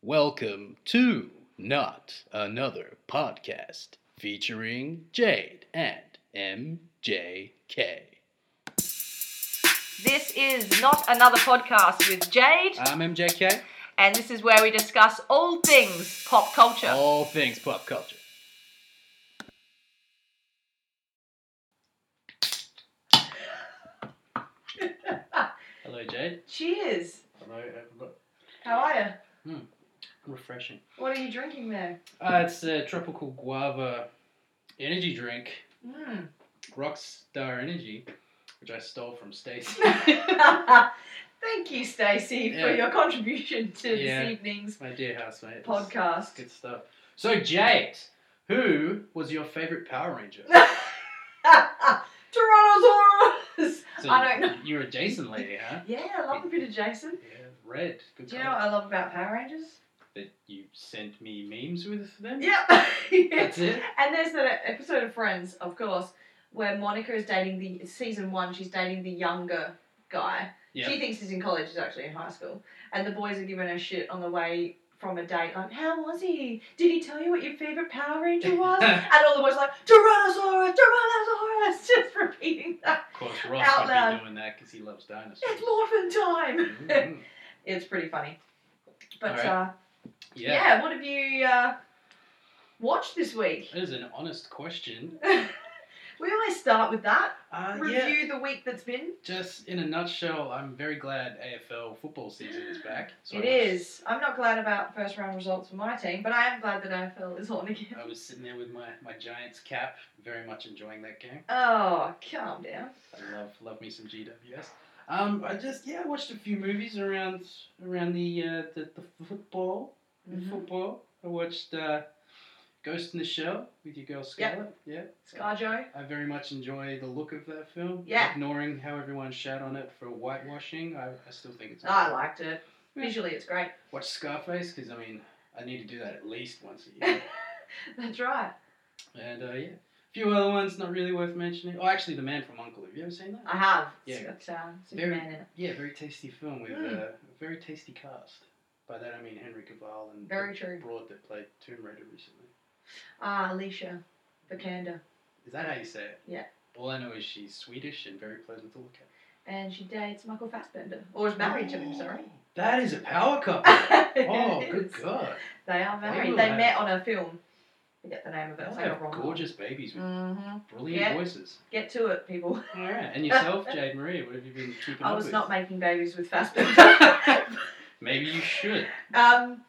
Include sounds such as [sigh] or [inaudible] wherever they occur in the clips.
Welcome to Not Another Podcast featuring Jade and MJK. This is Not Another Podcast with Jade, I'm MJK. and this is where we discuss all things pop culture. All things pop culture. Hello, Jade. Cheers! Hello, everybody. How are you? Refreshing. What are you drinking there? Uh, it's a tropical guava energy drink, [laughs] Mm. Rockstar Energy, which I stole from Stacey. [laughs] Thank you, Stacey, Yeah. for your contribution to Yeah. this evening's My dear housemate. podcast. [laughs] Good stuff. So, Jade, who was your favorite Power [laughs] Ranger? Tyrannosaurus! So I don't know. You're a Jason lady, huh? Yeah, I love a bit of Jason. Yeah, red. Good Do you know what I love about Power Rangers? That you sent me memes with them? Yep. That's it? [laughs] And there's that episode of Friends, of course, where Monica is dating the season one. She's dating the younger guy. Yeah. She thinks he's in college. He's actually in high school. And the boys are giving her shit on the way from a date. Like, how was he? Did he tell you what your favorite Power Ranger was? and all the boys are like, Tyrannosaurus, Tyrannosaurus, [laughs] just repeating that. Of course, Ross Out would loud. be doing that because he loves dinosaurs. It's morphin time. Mhm. It's pretty funny. But Alright. uh, yeah. yeah. what have you uh, watched this week? [laughs] That is an honest question. We always start with that. Uh, yeah, Review the week that's been. just in a nutshell, I'm very glad AFL football season is back. So It I was- is. I'm not glad about first round results for my team, but I am glad that AFL is [laughs] on again. I was sitting there with my, my Giants cap, very much enjoying that game. Oh, calm down. I love love me some GWS. Um, I just yeah, I watched a few movies around around the uh, the, the football the Mhm. football. I watched uh, Ghost in the Shell with your girl Yep. Scarlett. Scar Joe. Yeah, I very much enjoy the look of that film. Yeah. ignoring how everyone shat on it for whitewashing, I, I still think it's. Ah, I good. liked it. Visually, it's great. Watch Scarface because I mean I need to do that at least once a [laughs] year. That's right. and uh, yeah, a few other ones not really worth mentioning. Oh, actually, The Man from Uncle. Have you ever seen that? I have. Yeah. It's got uh, Very- Superman in it. Yeah, very tasty film with Mm. uh, a very tasty cast. By that I mean Henry Cavill and Very the true. broad that played Tomb Raider recently. Ah, Alicia Vikander. Is that how you say it? Yeah. All I know is she's Swedish and very pleasant to look at. And she dates Michael Fassbender. Or is married to him, sorry. Oh, That is a power [laughs] couple. oh, oh, [laughs] good god. They are married. will They have- met on a film. Forget the name of it. They'll It's like a have rom gorgeous babies with Mm-hmm. brilliant Yeah. [laughs] voices. Get to it, people. All right. [laughs] And yourself, Jade Marie, what have you been keeping I up was with? not [laughs] making babies with Fassbender. [laughs] Maybe you should. [laughs] Um,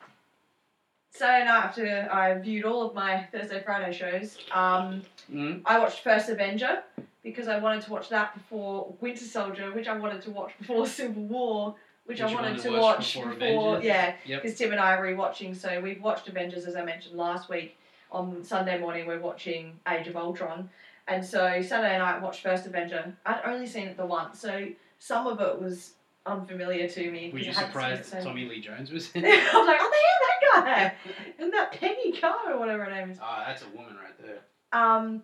Saturday night after I viewed all of my Thursday Friday shows, um, Mm. I watched First Avenger because I wanted to watch that before Winter Soldier, which I wanted to watch before [laughs] Civil War, which, I you wanted to watch watch before, Avengers? yeah, Yep. because Tim and I are rewatching. So we've watched Avengers as I mentioned last week. On Sunday morning, we're watching Age of Ultron, and so Saturday night I watched First Avenger. I'd only seen it the once, so some of it was unfamiliar to me. Were 'cause you I hadn't seen it surprised so that [laughs] Tommy Lee Jones was in it? I was like, oh, they have that guy. And that Peggy Carr or whatever her name is. Ah, that's a woman right there. Um,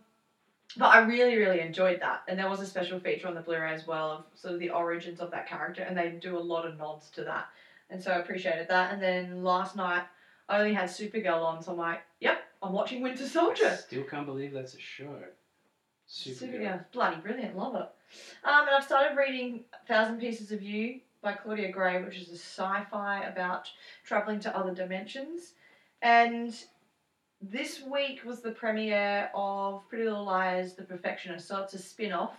but I really, really enjoyed that. And there was a special feature on the Blu-ray as well of sort of the origins of that character. And they do a lot of nods to that. And so I appreciated that. And then last night, I only had Supergirl on. So I'm like, yep, I'm watching Winter I Soldier. still can't believe that's a show. Supergirl. Supergirl. Bloody brilliant. Love it. Um, and I've started reading Thousand Pieces of You by Claudia Gray, which is a sci fi about traveling to other dimensions. And this week was the premiere of Pretty Little Liars The Perfectionist. So it's a spin off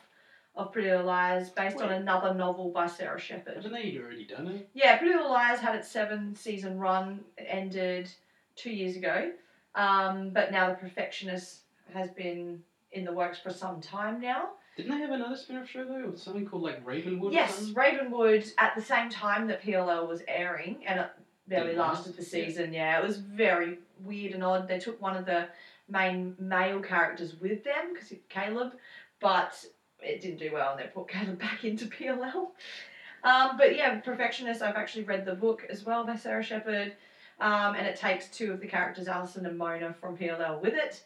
of Pretty Little Liars based on Wait. another novel by Sarah Shepard. Haven't they already done it? Yeah, Pretty Little Liars had its seven season run. It ended two years ago. Um, but now The Perfectionist has been in the works for some time now. Didn't they have another spin-off show though? Something called like Ravenwood or yes, something? Ravenwood at the same time that PLL was airing and it barely Didn't last, lasted the yeah. season. Yeah. it was very weird and odd. They took one of the main male characters with them because Caleb, but it didn't do well and they put Caleb [laughs] back into PLL. Um, but yeah, Perfectionist, I've actually read the book as well by Sarah Shepard. Um, and it takes two of the characters, Alison and Mona, from PLL with it.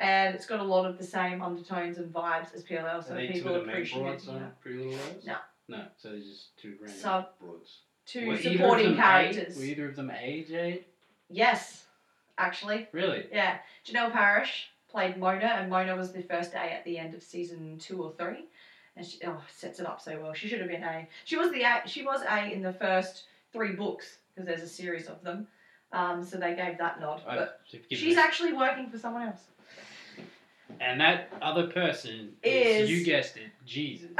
And it's got a lot of the same undertones and vibes as PLL, so Are they two people of the main appreciate it. broads yeah. on Pretty Little Liars? No. No, so they're just two random So- broads. two Were either of supporting them A- characters. were either of them AJ? Yes, actually. Really? Yeah, Janelle Parrish played Mona, and Mona was the first A at the end of season two or three, and she oh sets it up so well. She should have been A. She was the A. She was A in the first three books because there's a series of them, um, so they gave that nod. I- But forgive she's me. actually working for someone [laughs] else. and that other person Is- is, you guessed it, Jesus.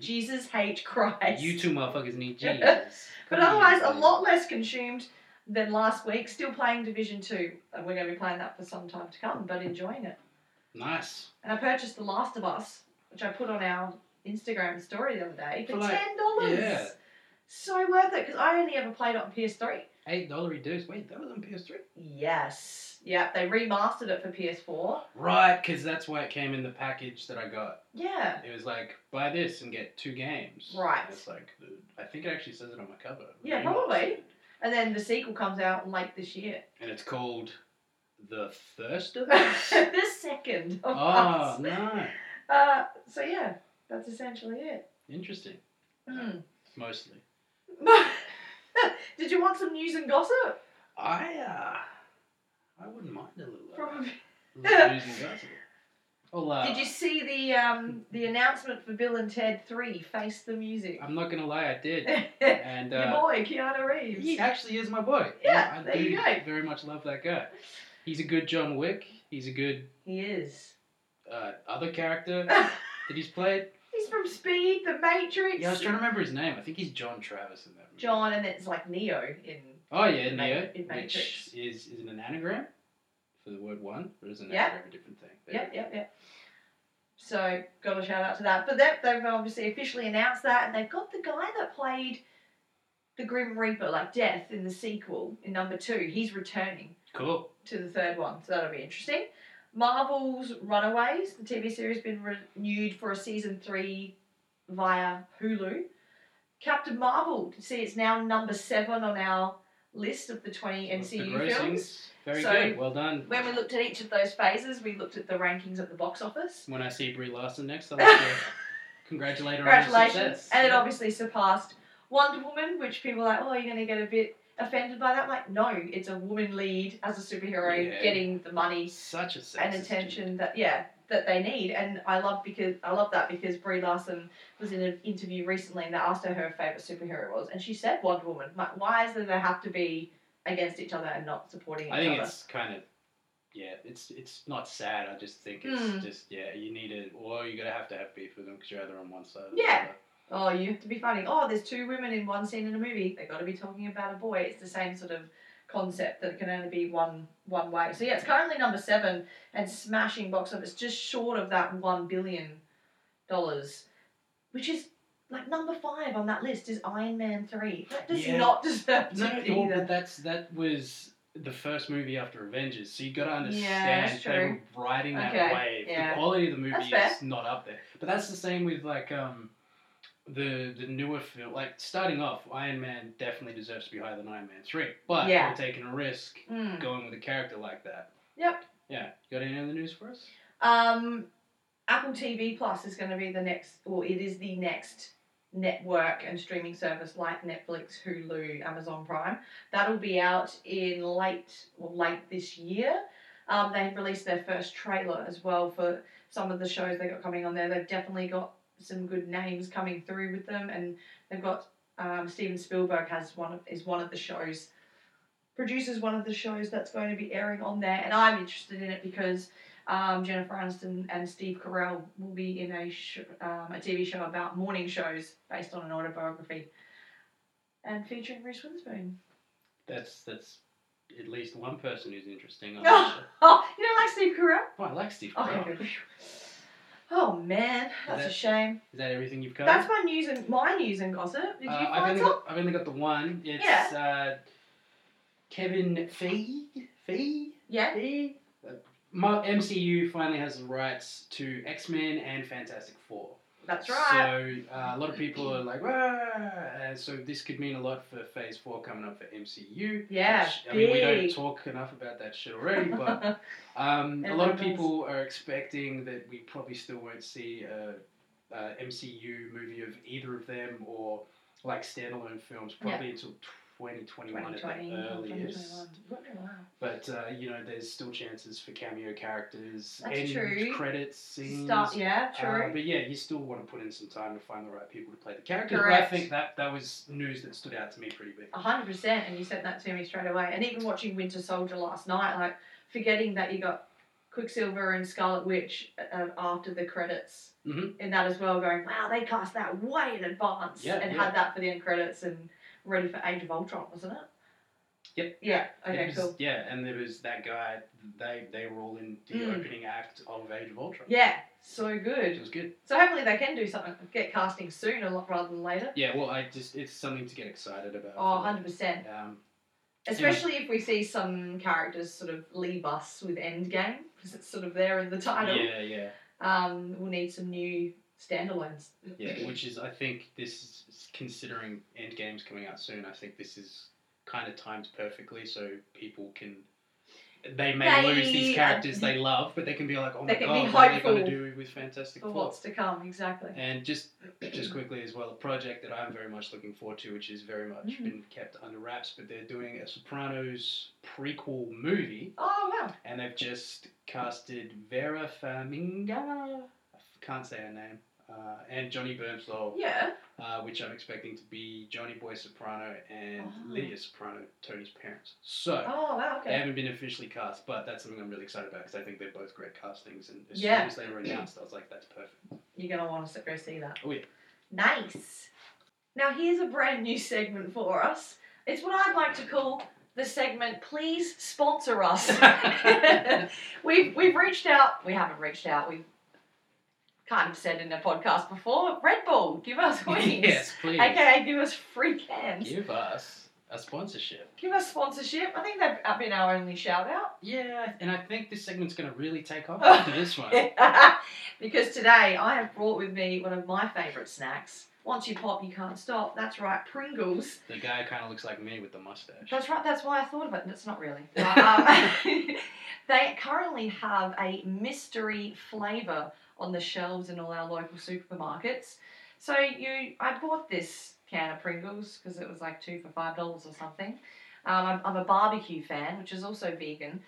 Jesus hate Christ. you two motherfuckers [laughs] need Jesus. But Come on, otherwise, a please. lot less consumed than last week. Still playing Division Two, and we're going to be playing that for some time to come, but enjoying it. Nice. And I purchased The Last of Us, which I put on our Instagram story the other day for For like- ten dollars. yeah. So worth it because I only ever played it on PS3. Eight dollar reduced. Wait, that was on PS3. Yes. Yep. They remastered it for PS4. Right, because that's why it came in the package that I got. Yeah. It was like buy this and get two games. Right. And It's like uh, I think it actually says it on my cover. Yeah, Remastered. probably. And then the sequel comes out late this year. [laughs] And it's called the Thirst of Us. the second of oh us. no, Uh, so yeah, that's essentially it. interesting. Hmm. Mostly. [laughs] Did you want some news and gossip? I uh, I wouldn't mind a little. uh, From little news and gossip. Well, uh, Did you see the um, the announcement for Bill and Ted Three? Face the music. [laughs] I'm not gonna lie, I did. And Your uh, boy Keanu Reeves. he actually is my boy. Yeah, I there you do go. Very much love that guy. He's a good John Wick. He's a good He is. uh, other character that he's played. [laughs] He's from Speed, The Matrix. Yeah, I was trying to remember his name. I think he's John Travis in that. Movie. John, and it's like Neo in. Oh yeah, in Ma- Neo, in which Matrix. is is it an anagram for the word one, or is an Yeah. anagram a different thing? There Yep, you yep, yep. So got a shout out to that. But that, they've obviously officially announced that, and they've got the guy that played the Grim Reaper, like Death, in the sequel in number two. He's returning. go. Cool. to the third one, so that'll be interesting. Marvel's Runaways, the TV series, has been renewed for a season three via Hulu. Captain Marvel, see, it's now number seven on our list of the 20 What's the MCU grossings? films. Very So, good. Well done. When we looked at each of those phases, we looked at the rankings at the box office. When I see Brie Larson next, [laughs] I'll have to congratulate her on her Congratulations. success. And it obviously surpassed Wonder Woman, which people are like, oh, you're going to get a bit offended by that. I'm like, no, it's a woman lead as a superhero Yeah. getting the money such a sexist and attention that yeah that they need and i love because i love that because brie larson was in an interview recently and they asked her who her favorite superhero was and she said wonder woman like, why is it they have to be against each other and not supporting each I think other it's kind of yeah, it's it's not sad. I just think it's Mm. just yeah, you need it, or you're gonna have to have beef with them because you're either on one side. Or Yeah. The other. oh you have to be funny oh there's two women in one scene in a movie they got to be talking about a boy it's the same sort of concept that it can only be one one way so yeah it's currently number seven and smashing box office just short of that one billion dollars which is like number five on that list is Iron Man three. That does Yeah. not [laughs] deserve to be No, well, there. but that's that was the first movie after Avengers, so you got to Yeah, understand that's they were riding that Okay, wave. yeah. The quality of the movie That's is fair. not up there, but that's the same with like um, the the newer film. Like starting off, Iron Man definitely deserves to be higher than Iron Man three, but Yeah. we're taking a risk Mm. going with a character like that. Yep. Yeah, you got any other news for us? Um, Apple TV Plus is going to be the next. Well, it is the next network and streaming service like Netflix, Hulu, Amazon Prime. That'll be out in late well, late this year. Um, they released their first trailer as well for some of the shows they got coming on there. They've definitely got some good names coming through with them, and they've got um, Steven Spielberg has one of, is one of the shows produces one of the shows that's going to be airing on there, and I'm interested in it because um, Jennifer Aniston and Steve Carell will be in a sh- um, a TV show about morning shows based on an autobiography, and featuring Reese Witherspoon. That's that's at least one person who's interesting. [laughs] On Oh. this show. Oh, you don't like Steve Carell? Oh, I like Steve Oh, Carell. okay, good. Oh man, that's a that- shame. Is that everything you've covered? That's my news and my news and gossip. Did you Uh, I've find only some? got, I've only got the one. It's uh, Kevin Feige. Feige. Yeah. Feige? Uh, Mar- MCU finally has the rights to X Men and Fantastic Four. That's right. So uh, a lot of people are like, "Wah!" Uh, so this could mean a lot for Phase Four coming up for MCU. Yeah, which, I mean we don't big. talk enough about that shit already, but [laughs] um, a lot Everyone of does. people are expecting that we probably still won't see a, a MCU movie of either of them or like standalone films probably until 2021 at 2020 the earliest. Wow. But uh, you know, there's still chances for cameo characters That's end true. credits scenes. Start, yeah, Uh, true. but yeah, you still want to put in some time to find the right people to play the characters. Correct. But I think that that was news that stood out to me pretty big. A hundred percent, and you sent that to me straight away. And even watching Winter Soldier last night, like forgetting that you got Quicksilver and Scarlet Witch uh, after the credits Mhm. in that as well. Going, wow, they cast that way in advance Yeah, and yeah. had that for the end credits and ready for Age of Ultron, wasn't it? Yep. Yeah. It Okay. was- Cool. Yeah, and there was that guy. They they were all in the Mm. opening act of Age of Ultron. Yeah. So It good. was good. So hopefully they can do something, get casting soon, a lot rather than later. Yeah, well, I just it's something to get excited about. Oh, for them. 100 percent. Um, Especially if we see some characters sort of leave us with Endgame because it's sort of there in the title. yeah, yeah, um, we'll need some new standalones. [laughs] yeah. Which is, I think, this is considering Endgame's coming out soon. I think this is kind of timed perfectly so people can. They may They- lose these characters [laughs] they love, but they can be like, oh They my can god, be what are they going to hopeful do with Fantastic For Four? what's to come, exactly. And just just quickly as well, a project that I'm very much looking forward to, which is very much Mhm. been kept under wraps, but they're doing a Sopranos prequel movie. Oh wow! and they've just casted Vera Farmiga. I f- can't say her name. Uh, and Johnny Burmslow, Yeah. uh, which I'm expecting to be Johnny Boy Soprano and Oh. Lydia Soprano, Tony's parents. So Oh wow! they Okay. haven't been officially cast, but that's something I'm really excited about because I think they're both great castings. And as Yeah. soon as they were announced, I was like, that's perfect. You're gonna want to go see that. Oh, yeah. Nice. Now here's a brand new segment for us. It's what I'd like to call the segment. Please sponsor us. [laughs] we've we've reached out. We haven't reached out. We've kind of said in a podcast before. Red Bull, [laughs] give us wings. yes, [laughs] please. Okay, give us free cans. Give us a sponsorship. Give us sponsorship. I think they've been our only shout out. Yeah, and I think this segment's going to really take [laughs] off after this one. [laughs] because today I have brought with me one of my favourite snacks. Once you pop, you can't stop. That's right, Pringles. The guy kind of looks like me with the mustache. That's right, that's why I thought of it. That's not really. But, um, [laughs] they currently have a mystery flavour on the shelves in all our local supermarkets. So you, I bought this can of Pringles because it was like two for five dollars or something. Um, I'm, I'm a barbecue fan, which is also vegan.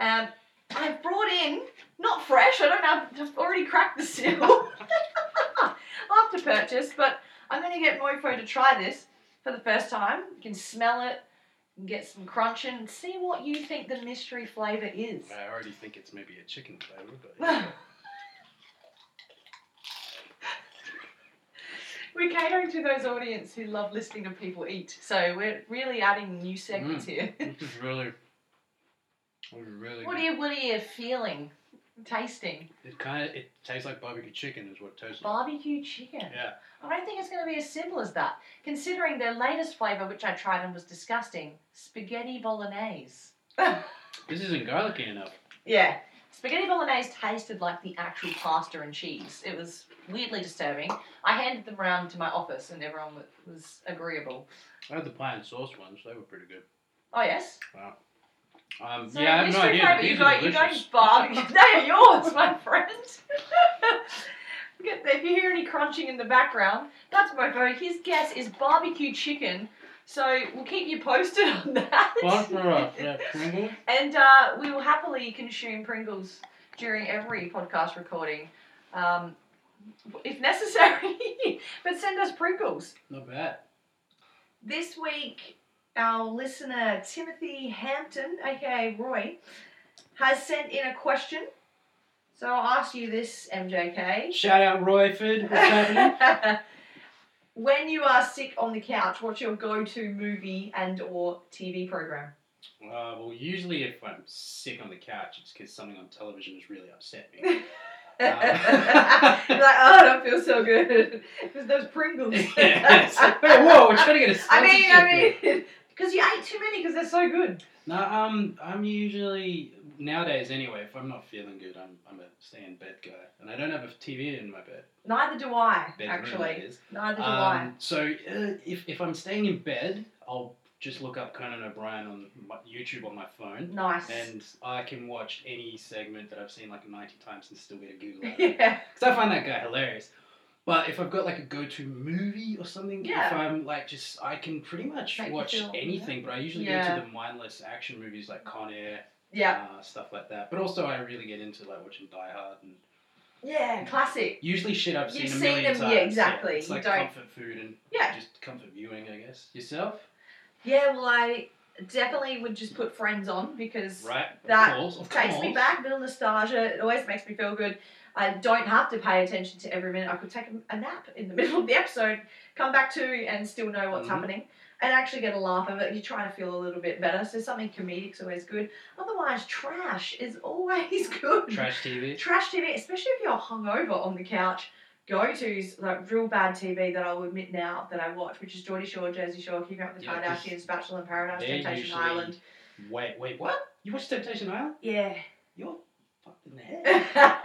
Um, I've brought in not fresh. I don't have. I've already cracked the seal after purchase, but I'm going to get Mofo to try this for the first time. You can smell it, and get some crunching, and see what you think the mystery flavour is. I already think it's maybe a chicken flavor, but [laughs] [laughs] we're catering to those audience who love listening to people eat, so we're really adding new segments here. this is really, it was really. What are good. you What are you feeling, tasting? It kind of it tastes like barbecue chicken, is what it tastes like. Barbecue chicken. Yeah. I don't think it's going to be as simple as that, considering their latest flavour, which I tried and was disgusting, spaghetti bolognese. This isn't garlicky enough. Yeah. Spaghetti bolognese tasted like the actual pasta and cheese. It was weirdly disturbing. I handed them round to my office and everyone wa- was agreeable. I had the pie and sauce ones; they were pretty good. Oh, yes? Um, So yeah, I have no idea. mystery flavour, but you these got, are you got delicious. [laughs] barbecue. they are yours, my friend. [laughs] Get- if you hear any crunching in the background, that's my vote. His guess is barbecue chicken. So we'll keep you posted [laughs] on that. Fun for [laughs] us, yeah, Pringles. And uh, we will happily consume Pringles during every podcast recording, um, if necessary. [laughs] but send us Pringles. Not bad. This week, our listener Timothy Hampton, aka Roy, has sent in a question. So I'll ask you this, MJK. Shout out Royford. What's happening? [laughs] when you are sick on the couch, what's your go-to movie and/or TV program? Uh, well, usually if I'm sick on the couch, it's because something on television has really upset me. [laughs] [laughs] Ah. You're like, oh, I don't feel so good. [laughs] Because those Pringles. [laughs] Yes. Whoa, [laughs] we're trying to get a I sponsorship mean, here. I [laughs] mean, because you ate too many because they're so good. No, um, I'm usually nowadays anyway. If I'm not feeling good, I'm I'm a stay in bed guy, and I don't have a TV in my bed. Neither do I, Bedroom that actually. is. Neither do I. Um, so uh, if if I'm staying in bed, I'll just look up Conan O'Brien on my, YouTube on my phone, Nice. and I can watch [laughs] any segment that I've seen like 90 times and still get a giggle out of it. [laughs] yeah. Because I find that guy hilarious. But if I've got like a go-to movie or something, if Yeah. I'm like just I can pretty much Make you watch feel- anything. But I usually go Yeah. to the mindless action movies like Con Air, Yeah. uh, stuff like that. But also I really get into like watching Die Hard and Yeah, classic. usually shit I've seen You've a seen million them, yeah, times. exactly. It's You like don't- comfort food and Yeah. just comfort viewing, I guess. Yourself, Yeah, well, I definitely would just put Friends on because right? Of That course, of takes me course. back, little nostalgia. It always makes me feel good. I don't have to pay attention to every minute. I could take a, a nap in the [laughs] middle of the episode, come back to, and still know what's Mhm. happening, and actually get a laugh of it. You're trying to feel a little bit better. So something comedic's always good. Otherwise, trash is [laughs] always good. Trash [laughs] TV. Trash TV, especially if you're hungover on the couch. Go tos like real bad TV that I'll admit now that I watch, which is Geordie Shore, Jersey Shore, Keeping Up with the Yeah, 'cause Kardashians, Bachelor in Paradise, They're Temptation usually- Island. [laughs] Wait, wait, what? You watch Temptation Island? Yeah. [laughs] You're fucking head.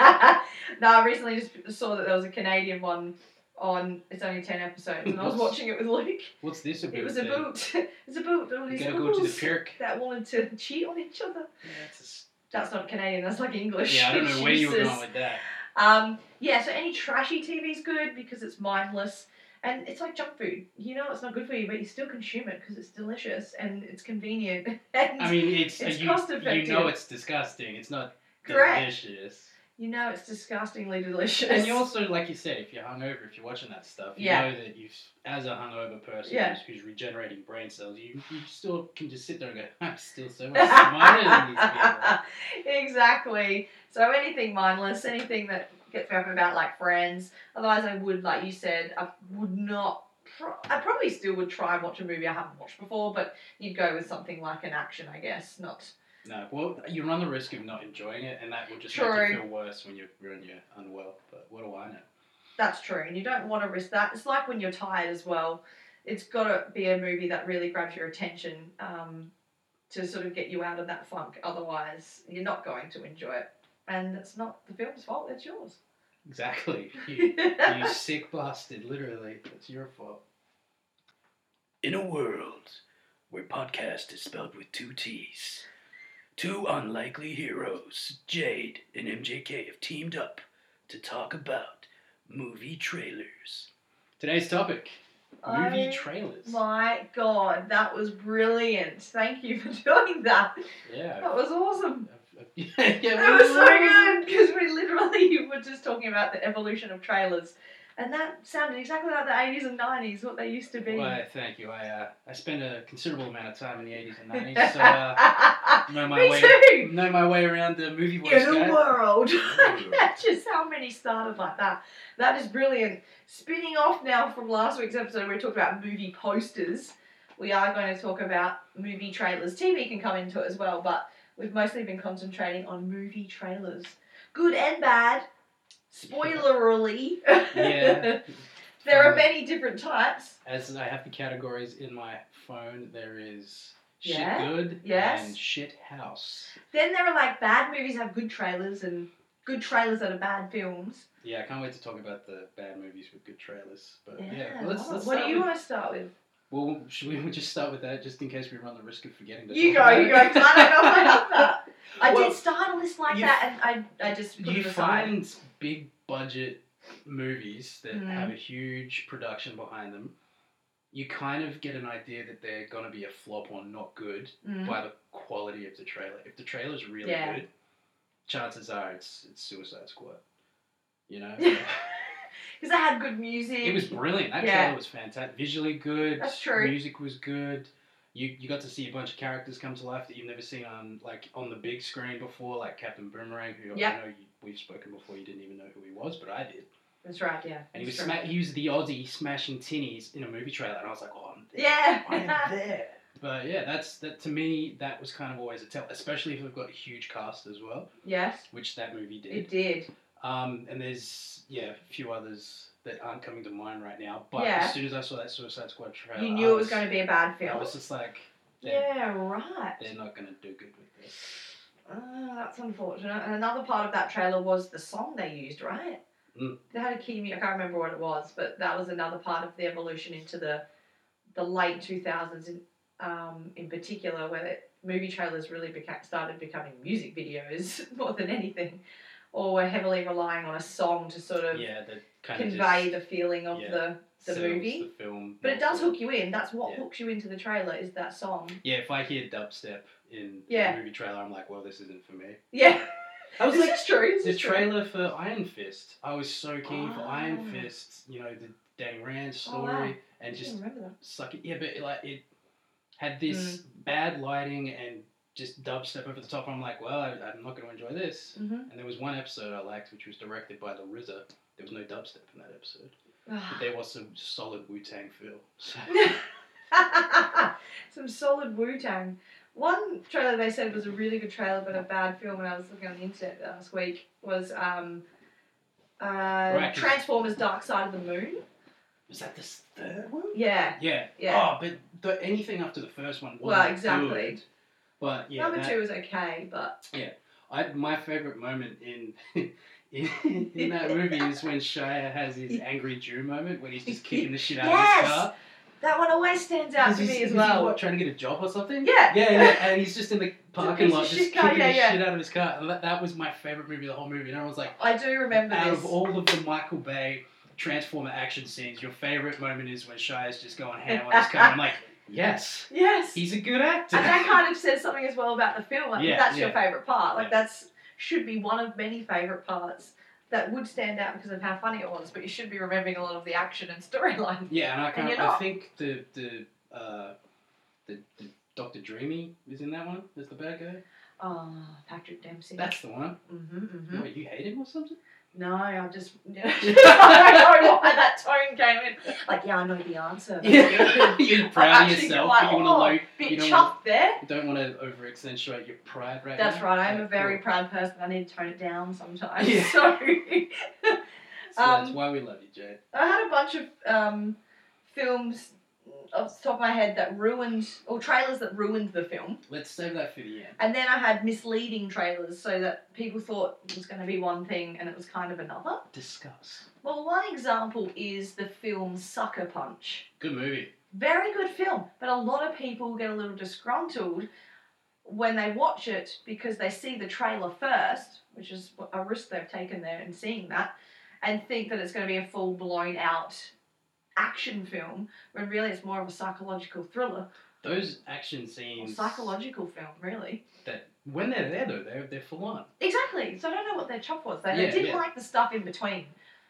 no, I recently just saw that there was a Canadian one on. It's only ten episodes, and I was watching it [laughs] with Luke. What's this about? It was a then? boot. [laughs] It's a boot. All You these gotta go to the couples [laughs] Pyrrhic. that wanted to cheat on each other. Yeah, it's a s- That's not Canadian. That's like English. yeah, I don't know where you were [laughs] Jesus. going with that. Um, yeah. So any trashy TV is good because it's mindless. And it's like junk food. You know it's not good for you, but you still consume it because it's delicious and it's convenient. [laughs] And I mean, it's, uh, It's you, cost you effective. know it's disgusting. It's not correct. delicious. You know it's disgustingly delicious. And you [laughs] also, like you said, if you're hungover, if you're watching that stuff, you Yeah. know that you've, as a hungover person Yeah. who's, who's regenerating brain cells, you, you still can just sit there and go, [laughs] I'm still so [laughs] much smarter than these people. exactly. So anything mindless, anything that gets me up about like friends. Otherwise, I would, like you said, I would not. Pro- I probably still would try and watch a movie I haven't watched before, but you'd go with something like an action, I guess. Not No, well, you run the risk of not enjoying it, and that will just make True. you feel worse when you're, when you're unwell. But what do I know? that's true, and you don't want to risk that. It's like when you're tired as well. It's got to be a movie that really grabs your attention um, to sort of get you out of that funk. Otherwise, you're not going to enjoy it, and it's not the film's fault. It's yours. [laughs] Exactly. [laughs] You, you sick bastard, literally. It's your fault. In a world where podcast is spelled with two T's, two unlikely heroes, Jade and MJK, have teamed up to talk about movie trailers. Today's topic movie [laughs] I- trailers. My God, that was brilliant. Thank you for [laughs] doing that. Yeah. That was awesome. [laughs] yeah, Oh. That was so good because we literally [laughs] were just talking about the evolution of trailers. And that sounded exactly like the 80s and 90s, what they used to be. Why, thank you. I, uh, I spent a considerable amount of time in the 80s and [laughs] 90s, so uh, know my Me way too. know my way around the movie world. In the world. [laughs] In the world. Just how many started like that. That is brilliant. Spinning off now from last week's episode, where we talked about movie posters. We are going to talk about movie trailers. TV can come into it as well, but we've mostly been concentrating on movie trailers. Good and bad. [laughs] Spoilerily. Yeah. [laughs] there are many different types. As I have the categories in my phone, there is shit Yeah. good Yes. and shit house. Then there are like bad movies that have good trailers and good trailers that are bad films. Yeah, I can't wait to talk about the bad movies with good trailers. But yeah, Yeah. let's, what- let's what start do you with, want to start with? Well, should we just start with that just in case we run the risk of forgetting? to You go, talk about you go. 'cause I don't know if I have [laughs] that. I Well, did start a list like you- that, and I, I just put you it [laughs] aside. find big budget movies that Mm. have a huge production behind them. You kind of get an idea that they're gonna be a flop or not good [laughs] Mm. by the quality of the trailer. If the trailer's really Yeah. good, chances are it's it's Suicide Squad. You [laughs] know, Because I had good music. it was brilliant. That Yeah. trailer was fantastic. Visually good. That's true. Music was good. You, you got to see a bunch of characters come to life that you've never seen on like on the big screen before, like Captain Boomerang, who Yeah. I know you, we've spoken before. You didn't even know who he was, but I did. That's right, yeah. And he was That's sma- he was the Aussie smashing tinnies in a movie trailer, and I was like, oh, I'm there. Yeah. I'm there. But yeah, that's that to me. That was kind of always a tell, especially if we've got a huge cast as well, [laughs] yes, which that movie did. it did. Um, and there's yeah a few others that aren't coming to mind right now. But Yeah. as soon as I saw that Suicide Squad trailer, You knew I it was going to be a bad I film. was just like, they're, Yeah, right. they're not going to do good with this. Ah, that's unfortunate. And another part of that trailer was the song they used, right? Mm. They had a key mu- I can't remember what it was, but that was another part of the evolution into the the late two thousands in um, in [laughs] particular, where the movie trailers really beca- started becoming music videos more than anything. or we're heavily relying on a song to sort of yeah, that kind of convey Um, the feeling of yeah, the the sells movie. the film. But it does more. hook you in. That's what Yeah. hooks you into the trailer is that song. [laughs] Yeah, if I hear dubstep in Yeah. the movie trailer, I'm like, well, this isn't for me. Yeah, I was this like, is true. This the is true. trailer for Iron Fist. I was so keen for Ah. Iron Fist. You know, the Dan Rand Oh, story wow. I and didn't just remember that. suck it. Yeah, but like it had this Hmm. bad lighting and just dubstep over the top. I'm like, well, I, I'm not going to enjoy this. Mm-hmm. And there was one episode I liked, which was directed by the RZA. There was no dubstep in that episode, Ah. but there was some solid Wu Tang feel. So, [laughs] Some solid Wu Tang. One trailer they said was a really good trailer, but a bad film. When I was looking on the internet last week, was um, uh, Right, 'cause- Transformers: Dark Side of the Moon. was that the s- third one? Yeah, Yeah. yeah. Oh, but the, anything after the first one Well, wasn't exactly. good. But yeah, Number that- two was okay, but I, my favorite moment in [laughs] in, in that movie is when Shia has his angry Jew moment when he's just kicking the shit out of Yes! his car. that one always stands out Is to he- me is as he, well. what, trying to get a job or something? Yeah. Yeah, yeah, and he's just [laughs] in the parking piece of lot, just shit kicking car, yeah, the yeah. shit out of his car. And that, that was my favorite movie, the whole movie. And I was like, I do remember out this. of all of the Michael Bay Transformer action scenes, your favorite moment is when Shia's just going ham on his car. I'm [laughs] like, yes, yes. he's a good actor. [laughs] And that kind of says something as well about the film. Like, Yeah, that's your yeah. favourite part. Like Yeah. that's should be one of many favourite parts that would stand out because of how funny it was. But you should be remembering a lot of the action and storyline. [laughs] Yeah, and I can't. you're I not. think the the uh, the, the Doctor Dreamy is in that one. Is the bad guy? Oh, Patrick Dempsey. That's mm-hmm, the one. hmm hmm What, you hate him or something? [laughs] No, I [laughs] just [laughs] I don't know why that tone came in. Like, yeah, I know the answer. [laughs] but you're a [laughs] you're I'm proud of actually yourself. like, but you oh, want Bit You know chuffed what? there. to Don't want to over accentuate your pride right That's now. right. I'm Yeah, a very cool. proud person. I need to tone it down sometimes. Yeah. [laughs] So So that's um, why we love you, Jay. I had a bunch of um, films off the top of my head that ruined, or trailers that ruined the film. Let's save that for the end. And then I had misleading trailers so that people thought it was going to be one thing and it was kind of another. Discuss. Well, one example is the film Sucker Punch. Good movie. Very good film, but a lot of people get a little disgruntled when they watch it because they see the trailer first, which is a risk they've taken there in seeing that, and think that it's going to be a full blown out action film when really it's more of a psychological thriller Those action or scenes. psychological film, really. That when they're there though, they're they're full on. Exactly. So I don't know what their chop was. They, they Yeah, didn't yeah. like the stuff in between.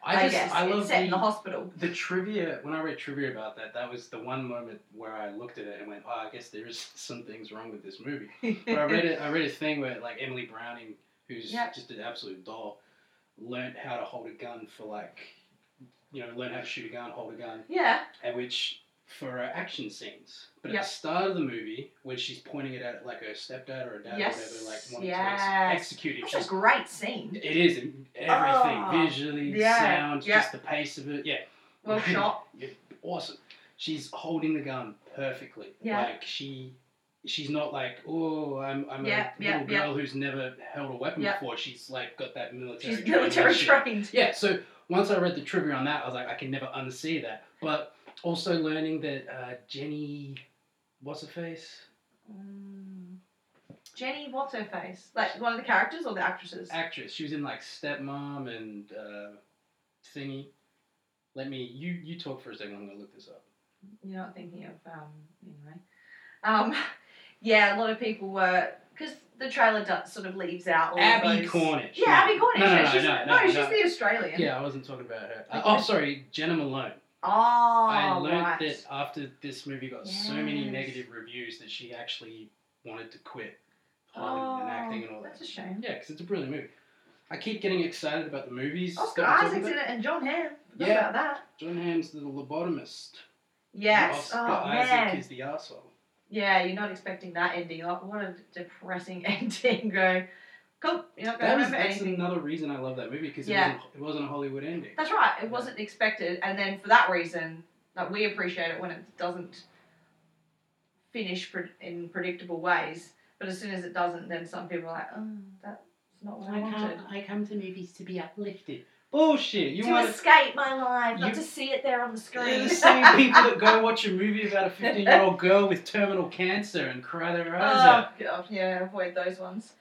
I, I, just guess I it's love set in [laughs] the hospital. The trivia, when I read trivia about that, that was the one moment where I looked at it and went, "Oh, I guess there is [laughs] some things wrong with this movie." But I read it. I read a thing where like Emily Browning, who's Yeah. just an absolute doll, learned how to hold a gun for like, you know, learn how to shoot a gun, hold a gun, [laughs] yeah. and which for her action scenes. But Yep. at the start of the movie, when she's pointing it at like her stepdad or her dad, Yes, or whatever, like wanting to yes. ex- execute it, That's she's a great scene. it is everything Oh, visually, yeah, sound, yeah. just the pace of it. Yeah, Well shot. [laughs] awesome. She's holding the gun perfectly. Yeah. Like she, she's not like oh I'm I'm Yeah, a yeah, little yeah. girl who's never held a weapon Yeah. before. She's like got that military. She's training military shit. trained. Yeah. So once I read the trivia on that, I was like I can never unsee that. But also learning that uh, Jenny, what's her face, Mm. Jenny, what's her face? Like one of the characters or the actresses? actress. She was in like Stepmom and uh, thingy. Let me you you talk for a second. I'm gonna look this up. You're not thinking of um anyway. Um, [laughs] yeah, a lot of people were because the trailer does, sort of leaves out all of Abby those. Cornish. Yeah, no. Abby Cornish. No, no, yeah, no, she's, no, no, she's no. the Australian. Yeah, I wasn't talking about her. Uh, oh, sorry, Jenna Malone. Oh, I learned right. that after this movie got so many Yes. negative reviews that she actually wanted to quit Hollywood oh, and acting and all that. That's a shame. Yeah, because it's a brilliant movie. I keep getting excited about the movies. Oscar that we're talking Isaac's in about. it and John Hamm. Forgot Yeah. about that. John Hamm's the lobotomist. Yes. Oscar oh Isaac man. is the asshole. Yeah, you're not expecting that ending. Like, what a depressing [laughs] ending. Go, cool. You're not going to That was, remember that's anything. another reason I love that movie because Yeah. it, wasn't, it wasn't a Hollywood ending. That's right. It wasn't expected, and then for that reason, like we appreciate it when it doesn't finish pre- in predictable ways. But as soon as it doesn't, then some people are like, "Oh, that's not what I wanted." I come to movies to be uplifted. Bullshit! You to want escape my life, not you- to see it there on the They're screen. the same [laughs] people that go watch a movie about a 15 year old girl with terminal cancer and cry their eyes oh out. god, yeah, avoid those ones.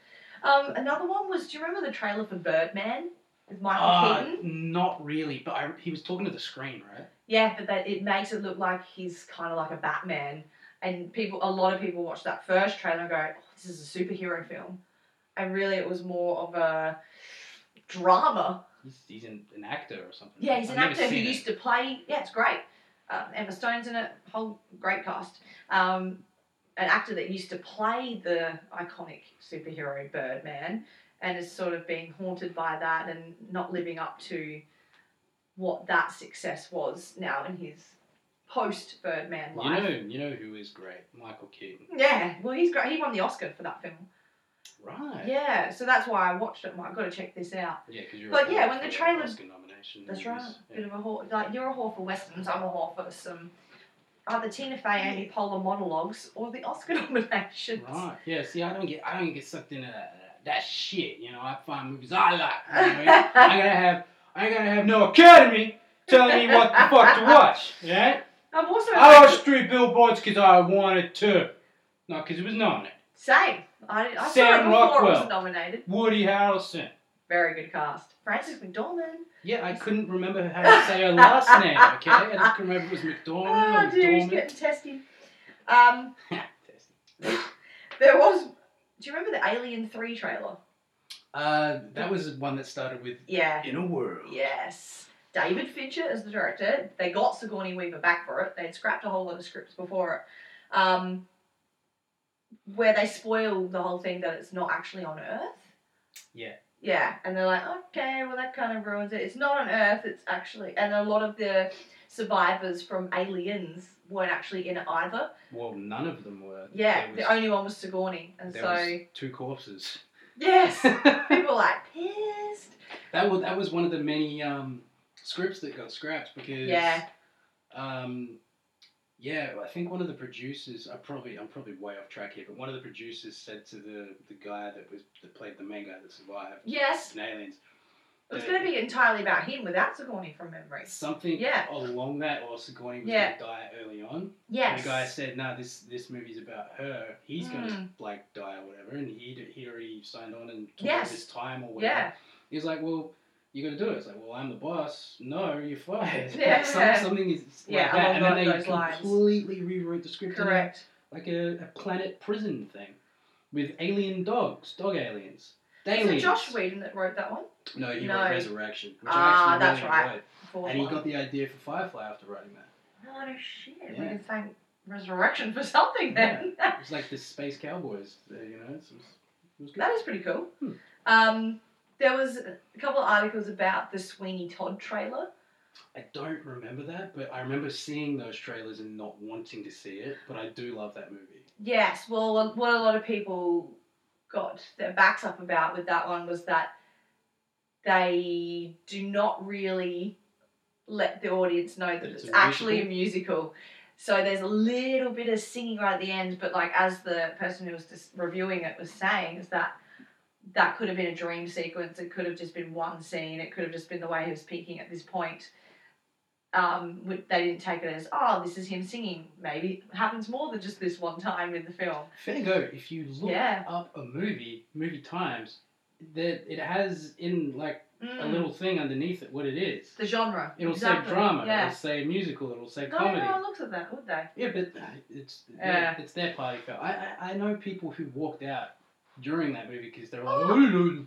Um, another one was, do you remember the trailer for Birdman with Michael Ah, Keaton? not really, but I, he was talking to the screen, right? Yeah, but that it makes it look like he's kind of like a Batman, and people, a lot of people watch that first trailer and go, oh, "This is a superhero film," and really it was more of a drama. He's, he's an, an actor or something. Yeah, he's I've an never actor who seen it. used to play. Yeah, it's great. Um, Emma Stone's in it. Whole great cast. Um, an actor that used to play the iconic superhero Birdman, and is sort of being haunted by that and not living up to what that success was now in his post Birdman You life. know, you know who is great? Michael Keaton. Yeah, well, he's great. He won the Oscar for that film. Right. Yeah, so that's why I watched it. i got to check this out. Yeah, because you're. But a yeah, whore when the for trailer- Oscar nomination. That's and right. he's- Bit of a whore. Like you're a whore for westerns. I'm a whore for some either Tina Fey, Mm. Amy Poehler monologues, or the Oscar [laughs] nominations. Right. Yeah. See, I don't get, I don't get sucked into that, that shit. You know, I find movies I like. You know? I'm gonna have, I'm gonna have no Academy telling me what the fuck to [laughs] watch. Yeah. I'm also Oh, I watched three billboards because I wanted to, not because it was nominated. same. I, I saw it Sam before it Rockwell. was nominated. Woody Harrelson. Very good cast. Francis McDormand. Yeah, I couldn't remember how to say her last name. Okay, I just couldn't remember if it was Oh, McDormand or dude, he's McDormand. getting testy. Um, there was. Do you remember the Alien Three [laughs] trailer? Uh, that was one that started with Yeah. "In a World." Yes. David Fincher as the director. They got Sigourney Weaver back for it. They'd scrapped a whole lot of scripts before it. Um, where they spoil the whole thing that it's not actually on Earth. Yeah. Yeah. And they're like, okay, well, that kind of ruins it. It's not on Earth, it's actually. And a lot of the survivors from Aliens weren't actually in it either. Well, none of them were. Yeah. There was- the only one was Sigourney. And there so, was two corpses. [laughs] yes. that people were like, pissed. was that was one of the many um, scripts that got scrapped because Yeah. um, yeah, I think one of the producers. I probably I'm probably way off track here, but one of the producers said to the the guy that was that played the main guy that survived Yes. in Aliens It was going to be entirely about him without Sigourney from memory. something Yeah. along that, or Sigourney was Yeah. gonna die early on. And Yes. Hmm. the guy said, "No, this this movie's about her. He's gonna like die or whatever." And he he already signed on and took Yes. his time or whatever. Yeah. He's like, "Well, you're gonna do it." It's like, "Well, I'm the boss. No, you're fired." [laughs] Yeah. Some, something is like Yeah, that. And along then those they lines. completely rewrote the script. in a- Correct. Like a, a planet prison thing with alien dogs, dog aliens. Is it Aliens. Josh Whedon that wrote that one? No, he No. wrote Resurrection, which Ah, I actually that's really right. enjoyed. Fourth And he one. got the idea for Firefly after writing that. Oh shit! We Yeah. can thank Resurrection for something then. It was like the Space Cowboys, uh, you know. It was, it was good. [laughs] that is pretty cool. Hmm. Um, there was a couple of articles about the Sweeney Todd trailer. I don't remember that, but I remember seeing those trailers and not wanting to see it. But I do love that movie. Yes. Well, what- what a lot of people got their backs up about with that one was that they do not really let the audience know that That it's, it's a actually a musical. So there's a little bit of singing right at the end, but like as the person who was just reviewing it was saying, is that that could have been a dream sequence. It could have just been one scene. It could have just been the way he was speaking at this point. Um, w- they didn't take it as oh, this is him singing. Maybe it happens more than just this one time in the film. Fair go. If you look Yeah. up a movie, movie times, that it has in like a Mm. little thing underneath it what it is. The genre. It'll exactly. say drama. Yeah. It'll say musical. It'll say No, comedy. no one looks at that, [laughs] would they? Yeah, but uh, it's Yeah. it's their party film. I, I I know people who walked out during that movie because they were [gasps] like.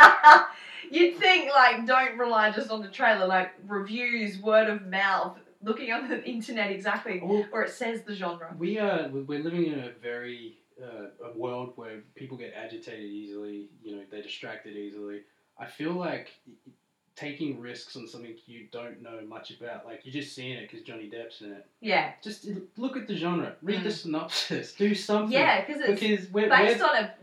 [laughs] Uh, you'd think like don't rely just on the trailer, like reviews, word of mouth, looking on the internet exactly Well, where it says the genre. We are we're living in a very uh, a world where people get agitated easily. You know, they're distracted easily. I feel like taking risks on something you don't know much about, like you're just seeing it because Johnny Depp's in it. Yeah, Just look at the genre, read the Mm. synopsis, do something. yeah, because it's because we're, based we're on a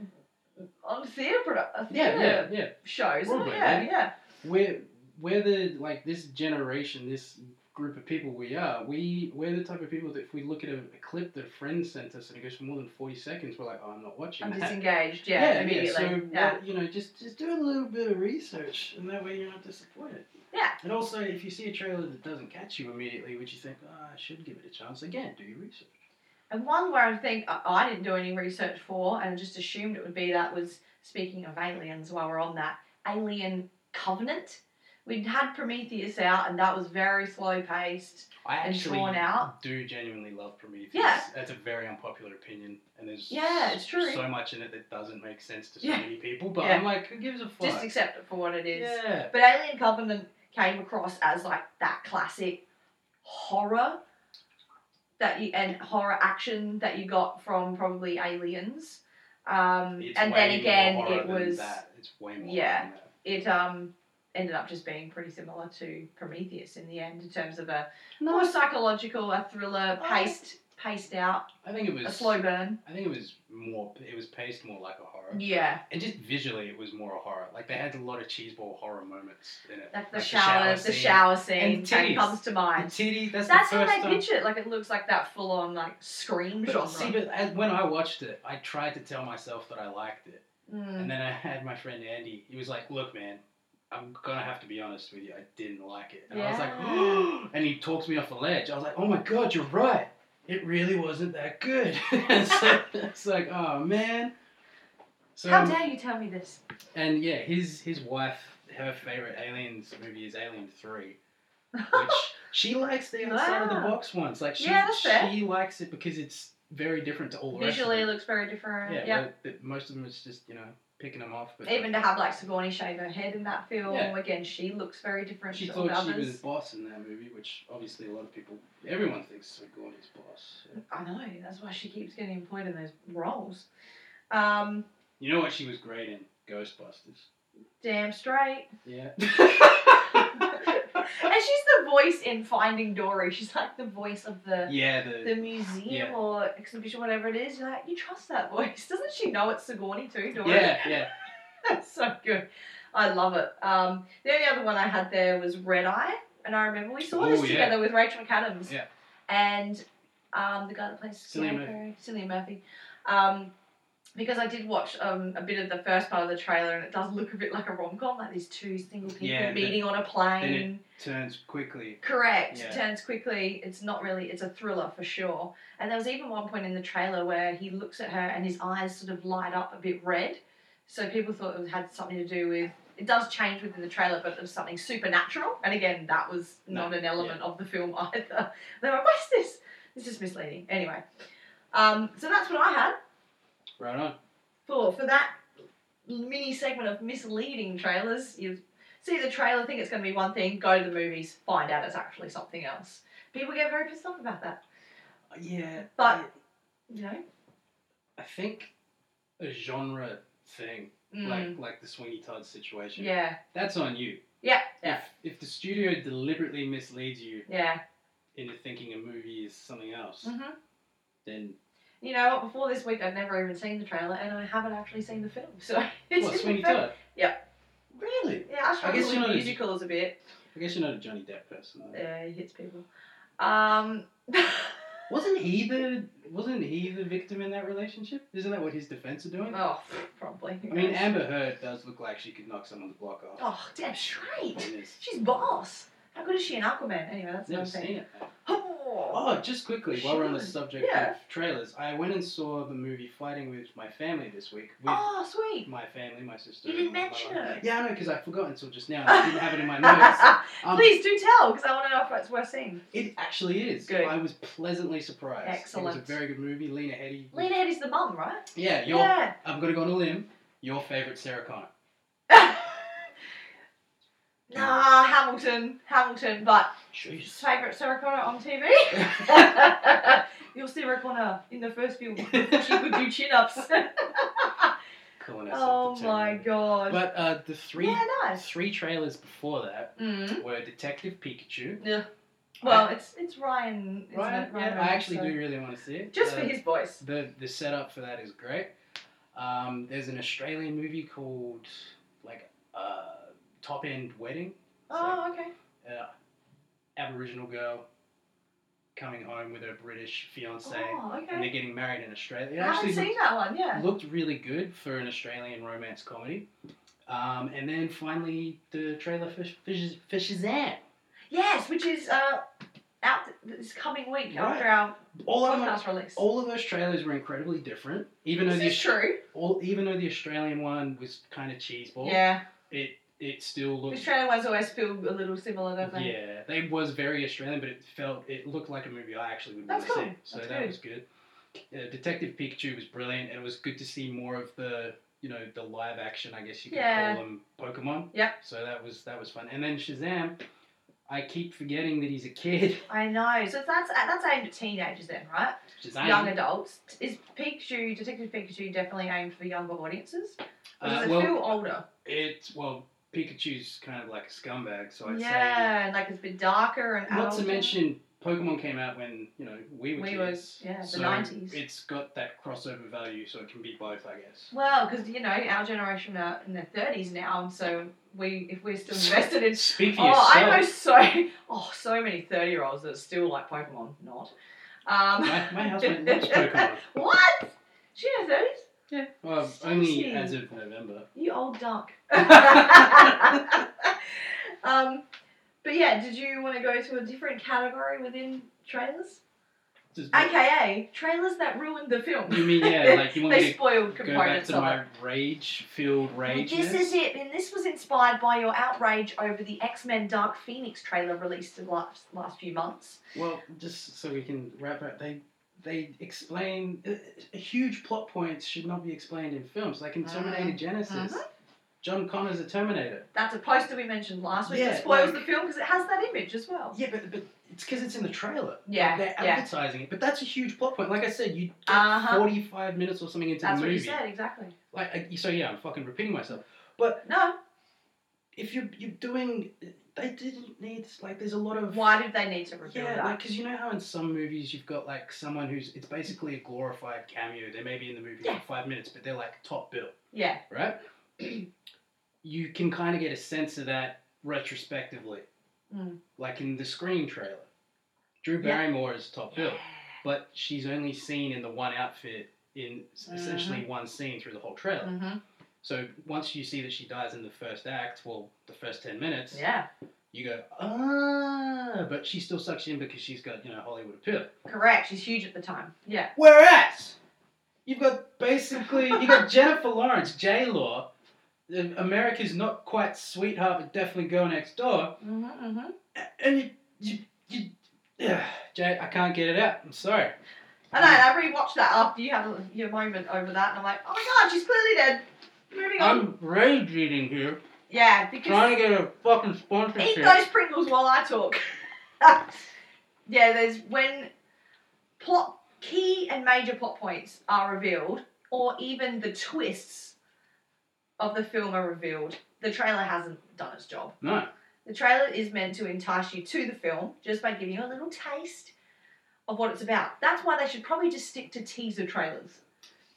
on a theatre product, a yeah theatre yeah yeah show. isn't it? Broadway, yeah, right? yeah, we're we're the like this generation this group of people we are we we're the type of people that if we look at a, a clip that a friend sent us and it goes for more than 40 seconds we're like oh i'm not watching I'm that. disengaged. Yeah, immediately. So yeah. What, you know, just just do a little bit of research, and that way you're not disappointed. Yeah. And also, if you see a trailer that doesn't catch you immediately, which you think, oh, I should give it a chance again, do your research. And one where I think I- I didn't do any research for and just assumed it would be that was speaking of aliens while we're on that Alien Covenant. We'd had Prometheus out and that was very slow paced I and actually drawn out. do genuinely love Prometheus. Yeah. That's a very unpopular opinion, and there's Yeah, it's true. so much in it that doesn't make sense to so Yeah. many people. But Yeah. I'm like, who gives a fuck? Just accept it for what it is. yeah. But Alien Covenant came across as like that classic horror that you and horror action that you got from probably Aliens. Um, It's and way then again, more horror it than was that. It's way more. yeah. than that. it um ended up just being pretty similar to Prometheus in the end in terms of a more No, psychological, a thriller, Oh. paced paced out, I think it was a slow burn. I think it was more. It was paced more like a horror, Yeah, and just visually, it was more a horror. Like they had a lot of cheeseball horror moments in it. like the Like shower, the scene. shower scene And came- titties. comes to The mind. titty. That's, That's the how first they time. picture it. Like it looks like that full on like scream But see, genre. but as, when I watched it, I tried to tell myself that I liked it, Mm. and then I had my friend Andy. He was like, "Look, man." I'm gonna have to be honest with you. I didn't like it, and I was like, Yeah. and he talked me off the ledge. I was like, "Oh my god, you're right. It really wasn't that good." [laughs] so, it's like, oh man. So How dare you tell me this? And yeah, his his wife, her favorite aliens movie is Alien [laughs] Three, which she likes the outside of the Wow. box ones. Like she Yeah, that's fair. she likes it because it's very different to all the Visually, it rest looks very of them. different. Yeah, Yeah. well, but most of them it's just you know picking them off. But Even to have like Sigourney shave her head in that film Yeah. again, she looks very different she to all the thought she was others. boss in that movie, which obviously a lot of people, everyone thinks Sigourney's boss. I know that's why she keeps getting employed in those roles. Um, You know what she was great in? Ghostbusters. damn straight. Yeah. And she's the voice in Finding Dory. She's like the voice of the yeah, the, the museum Yeah. or exhibition, whatever it is. You're like, you trust that voice. [laughs] Doesn't she know it's Sigourney too, Dory? yeah, yeah. [laughs] That's so good. I love it. Um, the only other one I had there was Red Eye, and I remember we saw Oh, this yeah. together with Rachel McAdams. Yeah. And um, the guy that plays Cillian Murphy. Scarecrow, Cillian Murphy. Um, because I did watch um, a bit of the first part of the trailer, and it does look a bit like a rom com, like these two single people Yeah, and meeting on a plane. Turns quickly. Correct. Yeah. Turns quickly. It's not really. It's a thriller for sure. And there was even one point in the trailer where he looks at her and his eyes sort of light up a bit red. So people thought it had something to do with. It does change within the trailer, but it was something supernatural. And again, that was No, not an element of the film [laughs] either. They were like, "What's this? This is misleading." Anyway, um, so that's what I had Right on. for for that mini segment of misleading trailers, you see the trailer, think it's going to be one thing, go to the movies, find out it's actually something else. People get very pissed off about that. Yeah. But- You know, I think a genre thing, Mm, like like the Sweeney Todd situation, yeah, that's on you. yeah, yeah, If, if the studio deliberately misleads you yeah. into thinking a movie is something else, hmm then You know, what, before this week, I'd never even seen the trailer, and I haven't actually seen the film, so [laughs] it's what, just Sweeney fair- Todd? Yeah. Really? Yeah, I struggle you're with not as- musicals a bit. I guess you're not a Johnny Depp person. Though. Yeah, he hits people. Um, [laughs] Wasn't he the wasn't he the victim in that relationship? Isn't that what his defense are doing? oh, probably. I [laughs] mean, Amber Heard does look like she could knock someone's block off. oh, damn straight. Point is, She's boss. How good is she in Aquaman? Anyway, that's Never another thing. seen it. man. Oh, Oh, just quickly, while we're on the Sure. subject Yeah. of trailers, I went and saw the movie Fighting with my family this week [laughs] with oh, sweet. my [laughs] family, my sister. You and didn't my mention mother. it. Yeah, I know, because I forgot until just now. I didn't have it in my [laughs] notes. Um, Please do tell, because I want to know if it's worth seeing. It actually is. Good. I was pleasantly surprised. It Excellent. was a very good movie. Lena Headey. Lena Headey's the mum, right? Yeah, your, Yeah. [laughs] I'm going to go on a limb. Your favourite Sarah Connor. nah, Hamilton, Hamilton, but Jeez. favourite Sarah Connor [laughs] on TV. You'll see Sarah Connor in the [laughs] first film. She could do chin ups. Calling herself oh the my Terminator. god. But uh, the three, yeah, nice. three trailers before that Mm. were Detective Pikachu. Yeah. I- Well, it's it's Ryan. Isn't Ryan, it? yeah, I Reynolds, actually so- do really want to see it. Just Uh, for his voice. The the setup for that is great. Um, there's an Australian movie called like uh, Top End Wedding. Oh, okay. Uh, Aboriginal girl coming home with her British fiance, Oh, and okay. they're getting married in Australia. It I haven't actually seen looked, that one, yeah. looked really good for an Australian romance comedy. Um, and then finally the trailer for, Sh- for, Sh- for Shazam. Yes, which is uh, out this coming week Right. after our All of them, podcast release. all of those trailers were incredibly different. Even though This the is true. all, even though the Australian one was kind of cheeseball, Yeah. it it still The looked Australian ones always feel a little similar, don't they? Yeah, they was very Australian, but it felt it looked like a movie I actually would want That's to cool. see. So That's that good. was good. Uh, Detective Pikachu was brilliant, and it was good to see more of the you know the live action. I guess you could Yeah. call them Pokemon. Yep. So that was that was fun, and then Shazam. I keep forgetting that he's a [laughs] kid. I know. So that's that's aimed at teenagers then, right? Shazam. Young adults. Is Pikachu Detective Pikachu definitely aimed for younger audiences? Or does Uh, it well, feel older? it's well Pikachu's kind of like a scumbag, so I'd yeah, and like it's a bit darker and say. Not to adulter. mention, Pokemon came out when you know we were We kids. was- yeah, the so 90s. It's got that crossover value, so it can be both, I guess. Well, because you know our generation are in their thirties now, and so we if [laughs] we're still invested in. Speak for Oh, I know yourself. so [laughs] oh so many thirty year olds that still like Pokemon. Not. [laughs] Um, My, [laughs] my housemate loves Pokemon. what? She in her thirties? Well, Sushi. only as of November. You old [laughs] dunk. [laughs] um, but yeah, did you want to go to a different category within trailers? Just- AKA trailers that ruined the film. You mean [laughs] yeah? Like you want they me to spoiled go back components to of it. my rage-filled Well, rage? this is it, and this was inspired by your outrage over the X Men Dark Phoenix trailer released in the last, last few months. Well, just so we can wrap up, they they explain uh, huge plot points should not be explained in films. Like in Mhm. Terminator Genesis, Uh-huh. John Connor's a Terminator. That's a poster we mentioned last week Yeah, that spoils like- the film because it has that image as well. Yeah, but but it's because it's in the trailer. Yeah, Like, they're yeah. advertising it, but that's a huge plot point. Like I said, you get Uh-huh. forty-five minutes or something into That's the what movie. you said, exactly. Like I- so, yeah, I'm fucking repeating myself. No, If you you're doing, they didn't need like there's a lot of why did they need to reveal Yeah, that? like because you know how in some movies you've got like someone who's it's basically a glorified cameo. They may be in the movie Yeah. for five minutes, but they're like top bill, yeah, right? you can kind of get a sense of that retrospectively, Mm. like in the Scream trailer. Drew Yeah. Barrymore is top bill, Yeah. but she's only seen in the one outfit in s- essentially Mm-hmm. one scene through the whole trailer. Mhm. So once you see that she dies in the first act, well, the first ten minutes, yeah, you go ah, but she still sucks you in because she's got you know Hollywood appeal. correct. She's huge at the time. Yeah, Whereas you've got basically you got Jennifer Lawrence, J Law, America's not quite sweetheart, but definitely girl next door, hmm hmm a- and you you you. Yeah, Jay, I can't get it out. I'm sorry. I know. I rewatched that after you had your moment over that, and I'm like, oh my god, she's clearly dead. Moving on. I'm rage eating here, yeah, because trying to get a fucking Eat sponsorship. those Pringles while I talk. [laughs] yeah, there's when plot key and major plot points are revealed, or even the twists of the film are revealed. The trailer hasn't done its job. No, The trailer is meant to entice you to the film just by giving you a little taste of what it's about. That's why they should probably just stick to teaser trailers.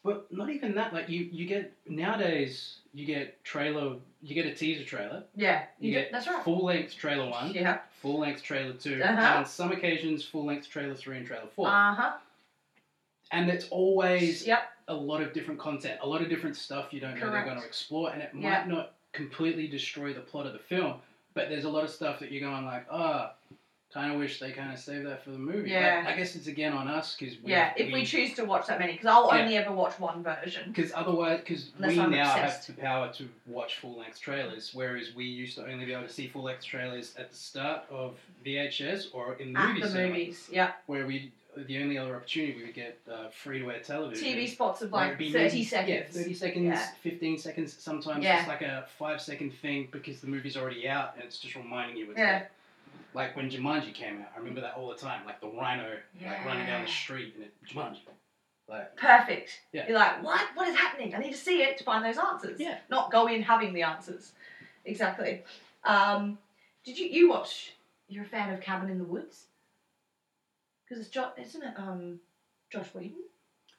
but not even that. Like you, you get nowadays, you get trailer, you get a teaser trailer, Yeah, you, you get do- that's right. full length trailer one, Yeah. full length trailer 2 Uh-huh. and on some occasions full length trailer three and trailer four. Uh huh. and it's always Yep. a lot of different content, a lot of different stuff you don't know Correct. they're going to explore, and it might Yeah. not completely destroy the plot of the film, but there's a lot of stuff that you're going like, ah, kind of wish they kind of saved that for the movie. Like, Yeah. I guess it's again on us because Yeah, if we choose to watch that many, because I'll Yeah. only ever watch one version. because otherwise, because Unless we I'm now obsessed. have the power to watch full length trailers, whereas we used to only be able to see full length trailers at the start of VHS or in the At movie the cinema, movies, yeah. where we the only other opportunity we would get uh, free to air television. TV spots of Where like it'd be 30 maybe- seconds. Yeah, 30 seconds, Yeah. 15 seconds. Sometimes Yeah. it's like a five second thing because the movie's already out and it's just reminding you it's Yeah. there. Like when Jumanji came out, I remember that all the time. Like the rhino like running down the Yeah. street and it, Jumanji. Like, Perfect. Yeah. You're like, what? What is happening? I need to see it to find those answers. Yeah. Not go in having the answers. Exactly. Um, did you you watch? You're a fan of Cabin in the Woods? Because it's Josh, isn't it? Um, Josh Whedon.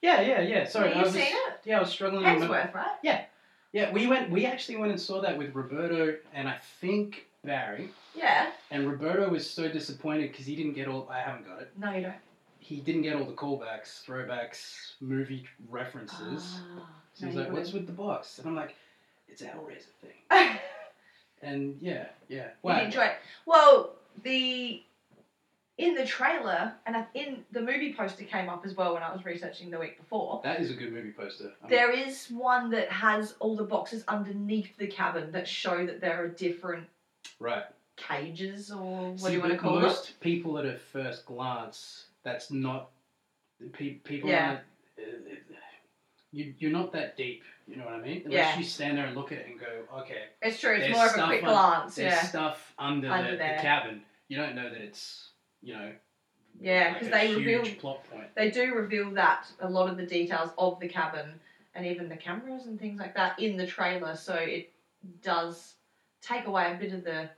yeah, yeah, yeah. Sorry, Have I you was seen just- it? yeah, I was struggling. to remember- Hemsworth, right? Yeah, we went. We actually went and saw that with Roberto and I think Barry. Yeah. And Roberto was so disappointed because he didn't get all. I haven't got it. No, you don't. He didn't get all the callbacks, throwbacks, movie references. Ah, So he's no, like, you "What's with the box?" And I'm like, "It's a Hellraiser thing." wouldn't. [laughs] And yeah, yeah. You Wow. enjoy it. Well, the in the trailer and I- in the movie poster came up as well when I was researching the week before. That is a good movie poster. I mean, There is one that has all the boxes underneath the cabin that show that there are different right. cages or what See, do you want to but call them? most people at a first glance, that's not pe- people. Yeah. Aren't, uh, you you're not that deep. You know what I mean? Unless Yeah. you stand there and look at it and go, okay, It's true. It's There's more of a stuff quick on- glance. there's Yeah, stuff under, Under the, the there. cabin. You don't know that it's you know. Yeah, 'cause because they huge reveal- plot point. they do reveal that a lot of the details of the cabin and even the cameras and things like that in the trailer. So it does take away a bit of the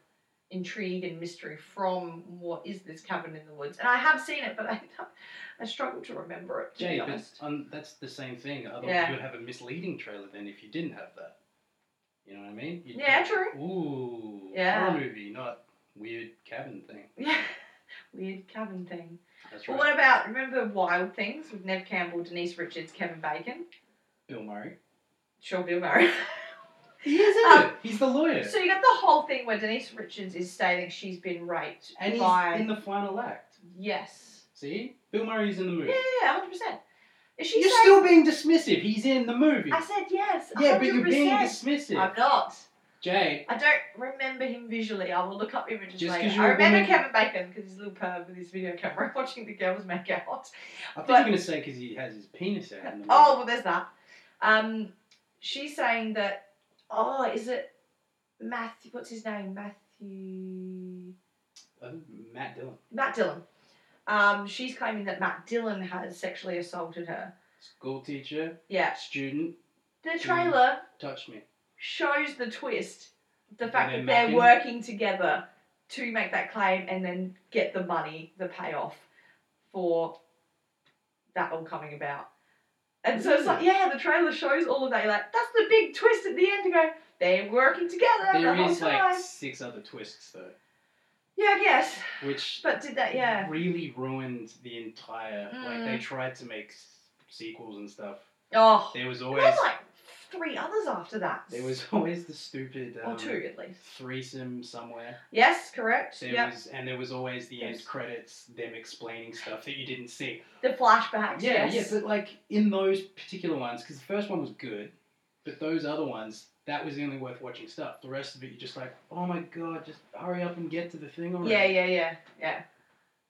intrigue and mystery from what is this cabin in the woods. And I have seen it, but I [laughs] I struggle to remember it. To Jay, be but, honest. [laughs] um, that's the same thing. Otherwise, Yeah. you'd have a misleading trailer then if you didn't have that. You know what I mean? You'd Yeah, think, true. Ooh, Yeah. horror movie, not weird cabin thing. Yeah. Weird cabin thing. That's Well, right. what about remember Wild Things with Nev Campbell, Denise Richards, Kevin Bacon? Bill Murray. Sure, Bill Murray. He is in it. He's the lawyer, [laughs] So you got the whole thing where Denise Richards is stating she's been raped and he's by in the final act. yes, See, Bill Murray's in the movie. yeah, hundred percent. Is she You're saying- still being dismissive. He's in the movie. I said yes. yeah, 100%. but you're being dismissive. I'm not. Jay, I don't remember him visually. I will look up images Just 'cause later. you're I a remember woman- Kevin Bacon because he's a little perv with his video camera [laughs] watching the girls make out. I think But- you're gonna say because he has his penis out. In the Oh, well, there's that. Um, she's saying that. Oh, is it Matthew? What's his name? Matthew. movie. Oh, Matt Dillon. Matt Dillon. Um, she's claiming that Matt Dillon has sexually assaulted her. School teacher, Yeah. student, Mm. The trailer touched me. shows the twist, the And fact they're that they're mapping- working together to make that claim and then get the money, the payoff for that all coming about. And so it's like, yeah, the trailer shows all of that. You're like, that's the big twist at the end. You go, they're working together the There whole is time. like six other twists though, Yeah, I guess. which But did that, yeah. really ruined the entire. Like they Mm. tried to make s- sequels and stuff. Oh, There was and always there's like three others after that. there was [laughs] always the stupid um, or two at least. threesome somewhere. Yes, correct. There Yep. was, and there was always the end Yes. credits, them explaining stuff that you didn't see. The flashbacks. Yeah, yes. yeah, but like in those particular ones, because the first one was good, but those other ones, that was the only worth watching stuff. The rest of it, you're just like, oh my god, just hurry up and get to the thing already. Yeah, yeah, yeah, yeah.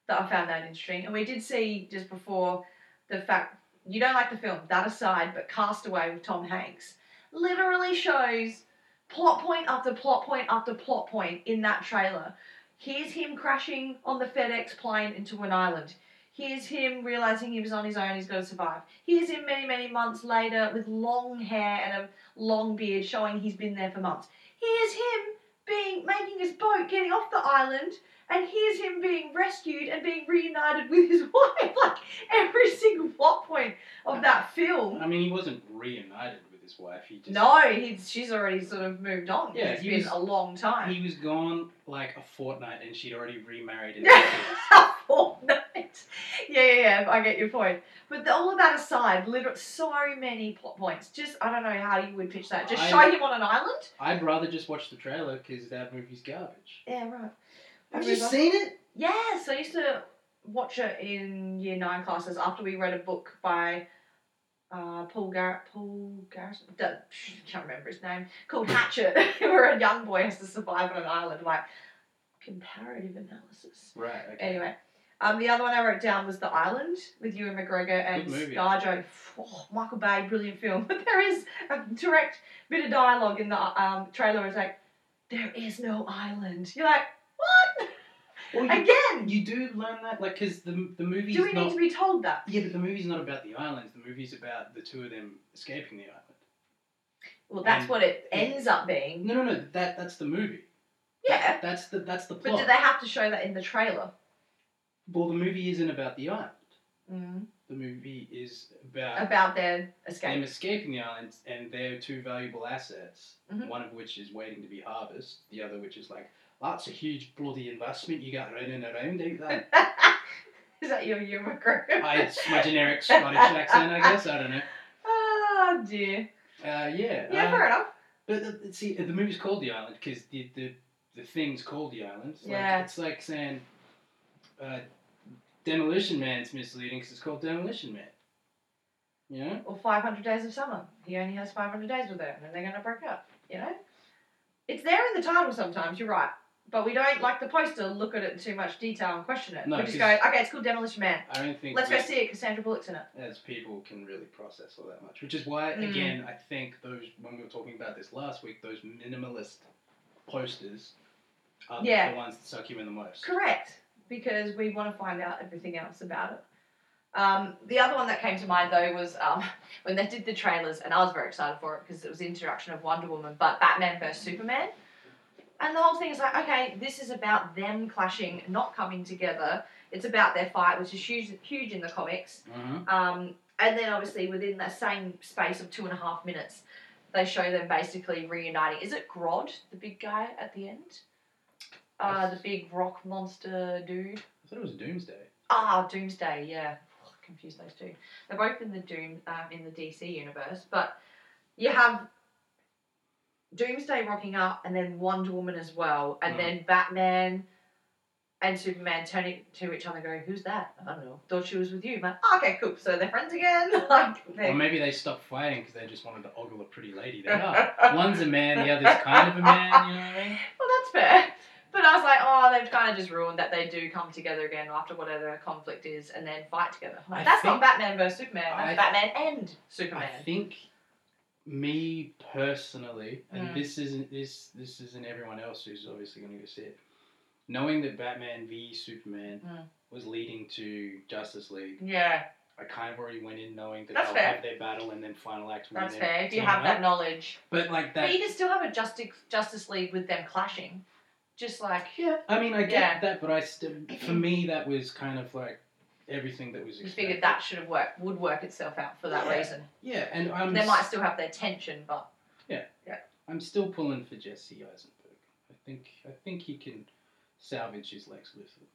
That I found that interesting, and we did see just before the fact you don't like the film. That aside, but Castaway with Tom Hanks literally shows plot point after plot point after plot point in that trailer. Here's him crashing on the FedEx plane into an island. Here's him realizing he was on his own, he's got to survive. Here's him many, many months later with long hair and a long beard showing he's been there for months. Here's him being making his boat, getting off the island, and here's him being rescued and being reunited with his [laughs] wife. Like every single plot point of that film. I mean, he wasn't reunited with his wife. He just No, he's she's already sort of moved on. Yeah, it's he been was- a long time. He was gone like a fortnight, and she'd already [laughs] remarried. him. Fortnite. Yeah, yeah, yeah. I get your point. But the, all of that aside, literally, so many plot points. Just I don't know how you would pitch that. Just I- show him on an island. I'd rather just watch the trailer because that movie's garbage. Yeah, right. Have Have you you seen it? Yes, I used to watch it in year nine classes after we read a book by uh, Paul Gar Paul Garrison. I can't remember his name. Called Hatchet, [laughs] where a young boy has to survive on an island. Like comparative analysis. Right. Okay. Anyway, um, the other one I wrote down was The Island with Ewan McGregor and Good movie. ScarJo. Oh, Michael Bay, brilliant film. [laughs] But there is a direct bit of dialogue in the um, trailer. It's like, there is no island. You're like, [laughs] what? Well, you, Again, you do learn that, like, because the the movie's do we not. need to be told that? Yeah, but the movie's not about the islands. The movie's about the two of them escaping the island. Well, that's Um, what it ends up being. No, no, no. That that's the movie. Yeah. That's the that's the But plot. do they have to show that in the trailer? Well, the movie isn't about the island. Mm. The movie is about, About their escape. them escaping the island and their two valuable assets. Mhm. One of which is waiting to be harvested. The other, which is like, that's a huge bloody investment you got running around out [laughs] there. [laughs] is that your Ewan [laughs] McGregor? I, it's my generic Scottish accent, I guess. I don't know. oh, dear. Uh, yeah. Yeah, um, fair enough. But the, the- see, the movie's called The Island because the, the the thing's called The Island. Like, Yeah. It's like saying, uh, Demolition Man's misleading because it's called Demolition Man. You know? Or 500 Days of Summer. He only has 500 days with her, and they're going to break up, you know? It's there in the title sometimes, you're right. But we don't, like the poster, look at it in too much detail and question it. No, we just 'cause- go, okay, it's called Demolition Man. I don't think Let's go we- see it, Cassandra Bullock's in it. as people can really process all that much. Which is why, Mm. again, I think those when we were talking about this last week, those minimalist posters are Yeah. the ones that suck you in the most. Correct, because we want to find out everything else about it. Um, the other one that came to mind though was um, [laughs] when they did the trailers, and I was very excited for it because it was the introduction of Wonder Woman, but Batman vs Superman. And the whole thing is like, okay, this is about them clashing, not coming together. It's about their fight, which is huge, huge in the comics. Mhm. Um, and then obviously within that same space of two and a half minutes, they show them basically reuniting. Is it Grodd, the big guy at the end? Uh, the big rock monster dude. I thought it was Doomsday. Ah, Doomsday. Yeah, confuse those two. They're both in the Doom um, in the DC universe, but you have Doomsday rocking up, and then Wonder Woman as well, and Mm. then Batman and Superman turning to each other, and going, "Who's that? I don't know. Thought she was with you, man. Oh, okay, cool. So they're friends again. [laughs] like, Or they're- maybe they stopped fighting because they just wanted to ogle a pretty lady. [laughs] They are. One's a man, the other's kind of a man. You know what I mean? well, that's fair. But I was like, oh, they've kind of just ruined that they do come together again after whatever their conflict is and then fight together. I'm like, I that's think- not Batman versus Superman. That's I- Batman and Superman. I think me personally, and Mm. this isn't this this isn't everyone else who's obviously going to go see it. Knowing that Batman v Superman Mm. was leading to Justice League, yeah. I kind of already went in knowing that That's they'll fair. have their battle and then final act. when That's they fair. If you team have up. that knowledge, but like that, but you can still have a Justice Justice League with them clashing, just like yeah. I mean, I get Yeah. that, but I still, [clears throat] for me, that was kind of like everything that was. you Expected. figured that should have worked, would work itself out for that Yeah. Um, reason. Yeah, and I'm They might still have their tension, but I'm still pulling for Jesse Eisenberg. I think I think he can salvage his Lex Luthor.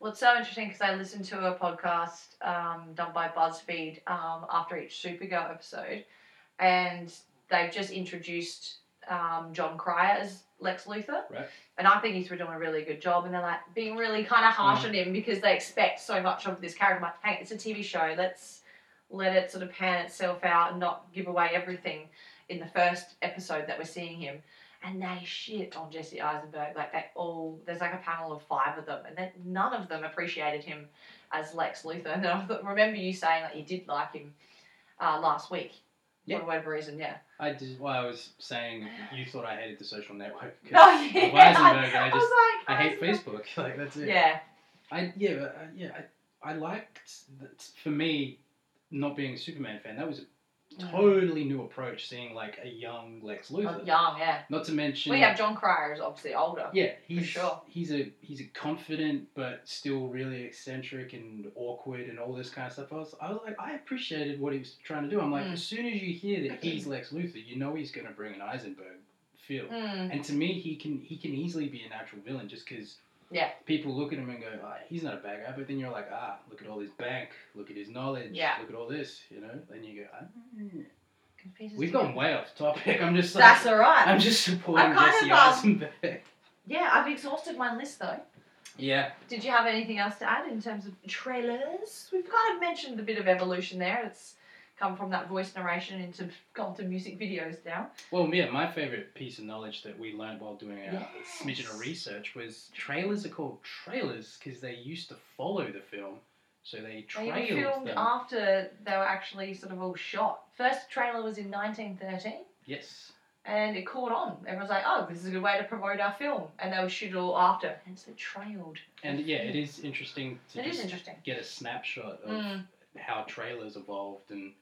well, it's so interesting because I listened to a podcast um, done by BuzzFeed um, after each Supergirl episode, and they've just introduced um, John Cryer as Lex Luthor, Right. and I think he's doing a really good job. And they're like being really kind of harsh on him because they expect so much of this character. I'm like, hey, it's a TV show. Let's let it sort of pan itself out and not give away everything in the first episode that we're seeing him. And they shit on Jesse Eisenberg. Like they all, there's like a panel of five of them, and then none of them appreciated him as Lex Luthor. And I thought, remember you saying that you did like him uh, last week Yeah. for whatever reason. Yeah. I just well, I was saying you thought I hated the social [laughs] network. 'cause No, of Oh, yeah. Eisenberg, I [laughs] I just was I like, hate Eisenberg. Facebook. [laughs] Like that's it. Yeah, I yeah but, uh, yeah I, I liked that for me not being a Superman fan that was a Mm. totally new approach seeing like a young Lex Oh, Luthor. young, yeah. Not to mention We have John Cryer, who's obviously older. yeah he's sure. he's a he's a confident but still really eccentric and awkward and all this kind of stuff. I was I was like I appreciated what he was trying to do. I'm like Mm. as soon as you hear that he's Lex Luthor you know he's gonna bring an Eisenberg feel. Mm. And to me, he can he can easily be a natural villain just because Yeah. people look at him and go, oh, he's not a bad guy. But then you're like, ah, look at all his bank, look at his knowledge, Yeah. look at all this, you know. Then you go, ah. Confuses we've me. gone way off topic. [laughs] I'm just like, That's all right. I'm just supporting I kind Jesse of, um, Eisenberg. [laughs] Yeah, I've exhausted my list though. yeah, Did you have anything else to add in terms of trailers? We've kind of mentioned a bit of evolution there. It's come from that voice narration into gone to music videos now. well, yeah. My favorite piece of knowledge that we learned while doing our Yes. smidgen of research was trailers are called trailers because they used to follow the film, so they They trailed were filmed them. after they were actually sort of all shot. First trailer was in 1913. yes, and it caught on. Everyone's like, "Oh, this is a good way to promote our film," and they would shoot it all after. And so trailed. and yeah, it is interesting. To It is just interesting. get a snapshot of Mm. how trailers evolved and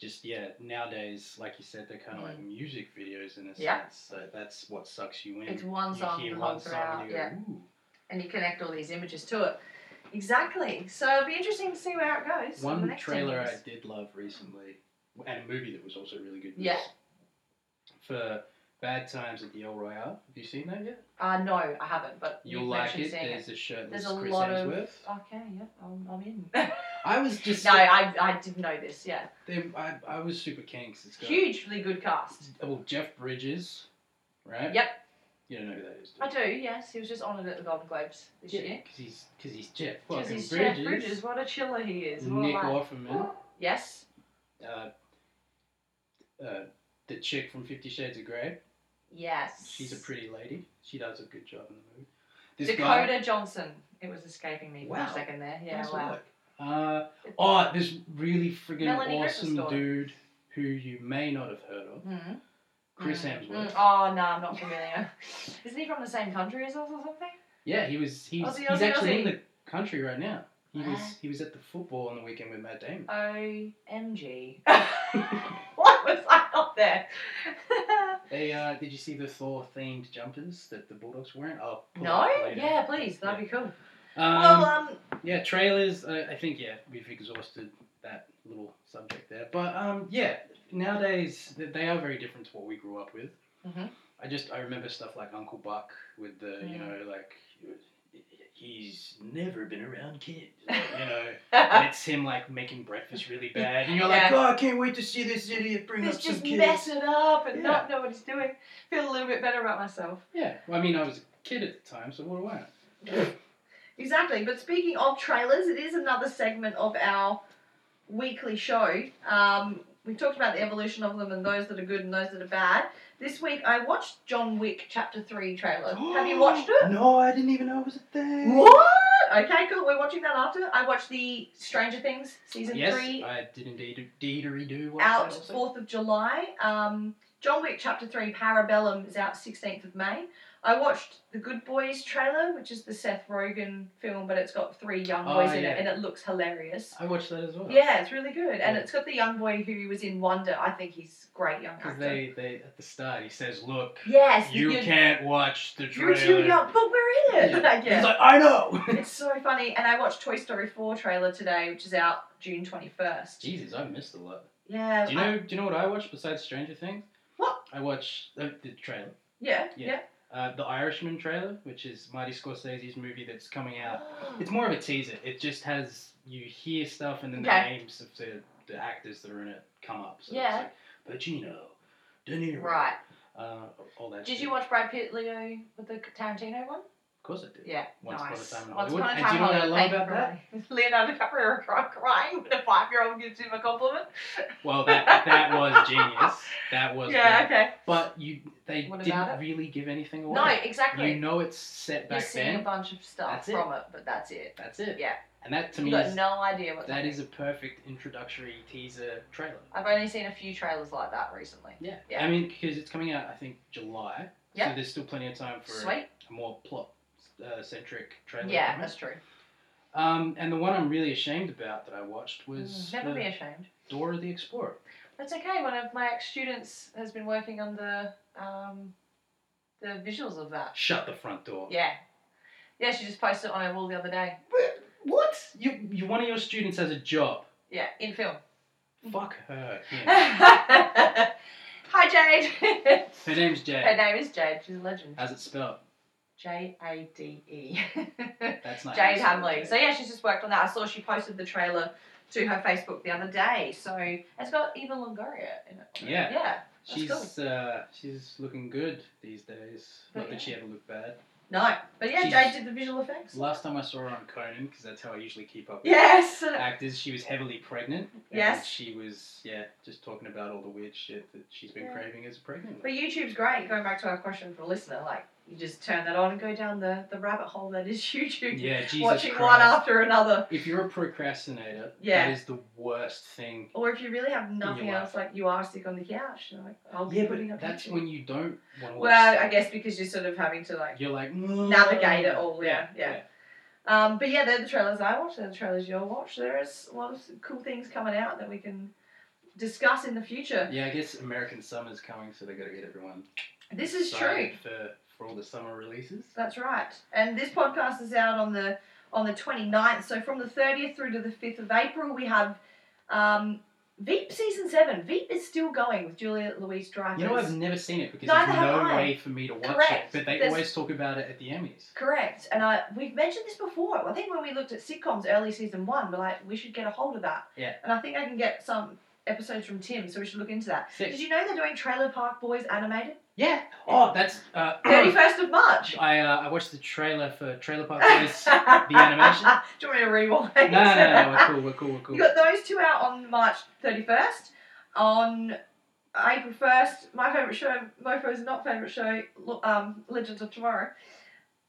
just yeah nowadays like you said they're kind of like music videos in a Hmm. Yeah. sense so that's what sucks you in It's one you song hear the one whole song throughout. and you go Yeah, ooh and you connect all these images to it. Exactly. So it'll be interesting to see where it goes. in the one next trailer ten I years. did love recently and a movie that was also really good was Yeah. for Bad Times at the El Royale have you seen that yet Uh, no, I haven't, but you'll you've like mentioned it seeing there's a shirtless There's a Chris lot of- Hemsworth Okay, yeah, I'm, I'm in. [laughs] I was just no, I, I didn't know this. Yeah, they, I, I was super keen 'cause it's got hugely good cast. well Jeff Bridges right Yep. You don't know who that is, do I do, yes. He was just honoured at the Golden Globes this year. Because he's, cause he's Jeff Because fucking he's Bridges. Jeff Bridges. What a chiller he is. What a Nick life. Offerman. Yes. Uh, uh, the chick from Fifty Shades of Grey. Yes. She's a pretty lady. She does a good job in the movie. This Dakota Johnson. It was escaping me for Wow. a second there. guy, Yeah, nice wow. work. Uh, oh, this really friggin' Melanie Griffith's awesome daughter. dude who you may not have heard of, Mm. Chris Mm. Hemsworth. Mm. Oh, no, I'm not familiar. [laughs] Isn't he from the same country as us or something? Yeah, he was. He's, Aussie, he's Aussie, actually Aussie. in the country right now. He was. Wow. He was at the football on the weekend with Matt Damon. [laughs] OMG. Why was I not there? [laughs] They uh, did you see the Thor themed jumpers that the Bulldogs wearing? I'll pull no? it up later. Yeah, please. That'd be cool. Um, well, um, [laughs] Yeah, trailers. I, I think yeah, we've exhausted that little subject there. But um, yeah, nowadays th- they are very different to what we grew up with. Mhm. I just I remember stuff like Uncle Buck with the you Mm. know like he's never been around kids, [laughs] you know. and it's him like making breakfast really bad, and you're like, Yeah. oh, I can't wait to see this idiot bring Let's up some just kids. mess it up and Yeah. not know what he's doing. Feel a little bit better about myself. Yeah, well, I mean, I was a kid at the time, so what do I? know? Exactly. But speaking of trailers, it is another segment of our weekly show. Um, we talked about the evolution of them and those that are good and those that are bad. This week I watched John Wick Chapter 3 trailer. [gasps] Have you [gasps] watched it? No, I didn't even know it was a thing. What? Okay, cool. We're watching that after. I watched the Stranger Things Season yes, 3 I did indeed deedery do watch out that also. fourth of July. Um, John Wick Chapter Three Parabellum is out sixteenth of May. I watched the Good Boys trailer, which is the Seth Rogen film, but it's got three young Oh, boys in yeah. it, and it looks hilarious. I watched that as well. Yeah, it's really good, and Yeah. it's got the young boy who was in Wonder. I think he's a great young actor. Because they, they at the start he says, "Look, yes, you you're, can't watch the You're trailer." too young, but we're in it. [laughs] Yeah. Like, yeah. He's like, "I know." [laughs] it's so funny, and I watched Toy Story Four trailer today, which is out June twenty first. Jesus, I missed a lot. Yeah. Do you I- know? Do you know what I watched besides Stranger Things? What? I watched uh, the trailer, yeah. Yeah. Yeah. uh, the Irishman trailer, which is Marty Scorsese's movie that's coming out. It's more of a teaser. It just has you hear stuff and then Okay. the names of the, the actors that are in it come up. So Yeah. It's like Pacino, De Niro, [gasps] Right. uh, all that. Did shit. you watch Brad Pitt Leo with the Tarantino one? Of course I did. Yeah, Once Upon a nice. Time in Once Hollywood. upon a And do time, you know what I Hollywood. love about Thank you for Leonardo DiCaprio cry- crying when a five-year-old gives him a compliment. Well, that that was genius. That was yeah, great. okay. But you, they What about didn't really give anything away. No, exactly. You know it's set You're back seeing then. a bunch of stuff That's it. from it. but that's it. That's it. Yeah. And that to You've me is got no idea what's that happening. is a perfect introductory teaser trailer. I've only seen a few trailers like that recently. Yeah. Yeah. I mean, because it's coming out, I think July. Yeah. So there's still plenty of time for Sweet. a more plot uh, centric trailer. Yeah, from it. that's true. Um, and the one I'm really ashamed about that I watched was uh, Mm, Never the be ashamed. Dora the Explorer. That's okay. One of my ex-students has been working on the um, the visuals of that. Shut the front door. Yeah. Yeah, she just posted it on her wall the other day. What? You, you, one of your students has a job. Yeah, in film. [laughs] Fuck her. Yeah. [laughs] Hi, Jade. Her name's Her Jade. name is Jade. She's a legend. How's it spelled? J A D [laughs] E. That's not. how Jade you spell Hamley. Jade. So yeah, she's just worked on that. I saw she posted the trailer to her Facebook the other day. So it's got Eva Longoria in it. Yeah. Yeah. That's She's uh, she's looking good these days. Oh, Not yeah. that she ever looked bad. No. But yeah, She's- Jade did the visual effects. Last time I saw her on Conan, because that's how I usually keep up. with Yes. [laughs] Actors, she was heavily pregnant. and Yes. She was, yeah, just talking about all the weird shit that she's been Yeah. craving as a pregnant. But YouTube's great. Going back to our question for a listener, like you just turn that on and go down the, the rabbit hole that is [laughs] YouTube. yeah, Jesus Watching Christ. one after another. If you're a procrastinator, Yeah. that is the worst thing. Or if you really have nothing life. else, like you are sick on the couch, you're like I'll be Yeah, putting but up that's YouTube. when you don't want to. Well, I guess because you're sort of having to like. you're like "Mm." Navigate it all, yeah, yeah. yeah. Um, but yeah, they're the trailers I watch. They're the trailers you'll watch. There is a lot of cool things coming out that we can discuss in the future. Yeah, I guess American summer's coming, so they got to get everyone. This is true. excited For, for all the summer releases. That's right. And this podcast is out on the on the 29th. So from the 30th through to the 5th of April, we have um, Veep season seven. Veep is still going with Juliet Louise Dreyfus. You know, I've never seen it because Neither there's have no I. way for me to watch Correct. it. But they There's- always talk about it at the Emmys. Correct. And I we've mentioned this before. I think when we looked at sitcoms early season one, we're like, we should get a hold of that. Yeah. And I think I can get some episodes from Tim, so we should look into that. Sick. Did you know they're doing Trailer Park Boys animated? Yeah. Oh, that's. Uh, [clears throat] Thirty first [laughs] of March. I uh, I watched the trailer for Trailer [laughs] Park Boys. the animation? Do you want me to rewind? no, no, no, we're cool, we're cool, we're cool. You got those two out on March 31st. On April 1st, my favourite show, Mofo's not favourite show, Lo- um, Legends of Tomorrow.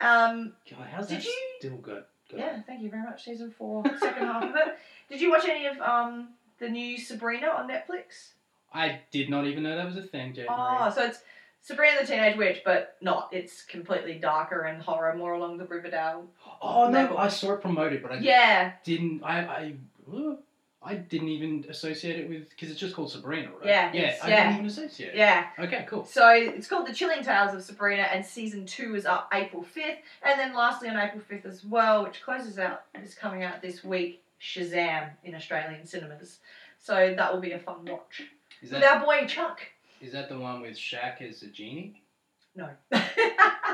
Um, God, how's Did that you- still good? good? yeah, thank you very much. Season 4, second half of [laughs] it. Did you watch any of um, the new Sabrina on Netflix? I did not even know that was a thing, Jade Oh, so it's Sabrina the Teenage Witch, but not. It's completely darker and horror, more along the Riverdale. Marie. Oh no, Level. I saw it promoted, but I Yeah, didn't. I I. uh, I didn't even associate it with because it's just called Sabrina, right? Yeah, yeah. it's- I yeah. didn't even associate it. yeah. Okay, cool. So it's called The Chilling Tales of Sabrina, and season two is up April 5th. And then lastly, on April 5th as well, which closes out, is coming out this week, Shazam in Australian cinemas. So that will be a fun watch. Is With that our boy Chuck. is that the one with Shaq as a genie? No. [laughs]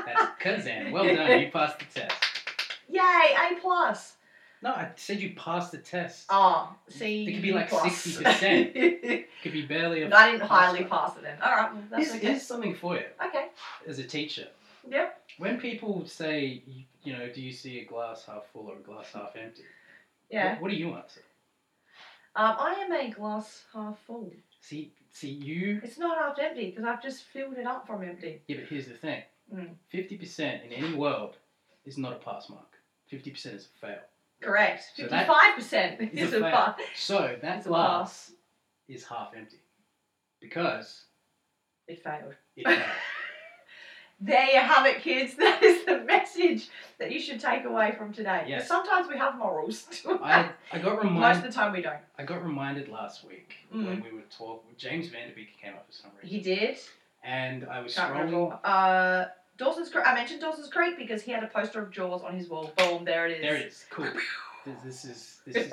That's Kazan. Well done, you passed the test. Yay, A plus. No, I said you passed the test. Oh, see. It could be like plus. [laughs] 60%. Could be barely. a I didn't pass highly mark. pass it then. All right, well, that's Here's, okay. here's something for you Okay. as a teacher. Yep. When people say, you- you know, do you see a glass half full or a glass half empty? Yeah. What, what do you answer? Um, I am a glass half full. See, see, you. It's not half empty because I've just filled it up from empty. Yeah, but here's the thing. Mm. Fifty percent in any world is not a pass mark. Fifty percent is [laughs] a fail. Correct. So that Fifty-five percent is is a a fact. pass. So that It's a glass is half empty because It failed. it failed. There you have it, kids. [laughs] That is the message that you should take away from today. Yes. Sometimes we have morals. [laughs] I I got Most of reminded the time we don't. I got reminded last week when Mm. we were talking. James Vanderbeek came up for some reason, He did. and I was Can't scrolling. remember. Uh, Dawson's Creek. I mentioned Dawson's Creek because he had a poster of Jaws on his wall. Boom, there it is. There it is. Cool. This, this is this [laughs] is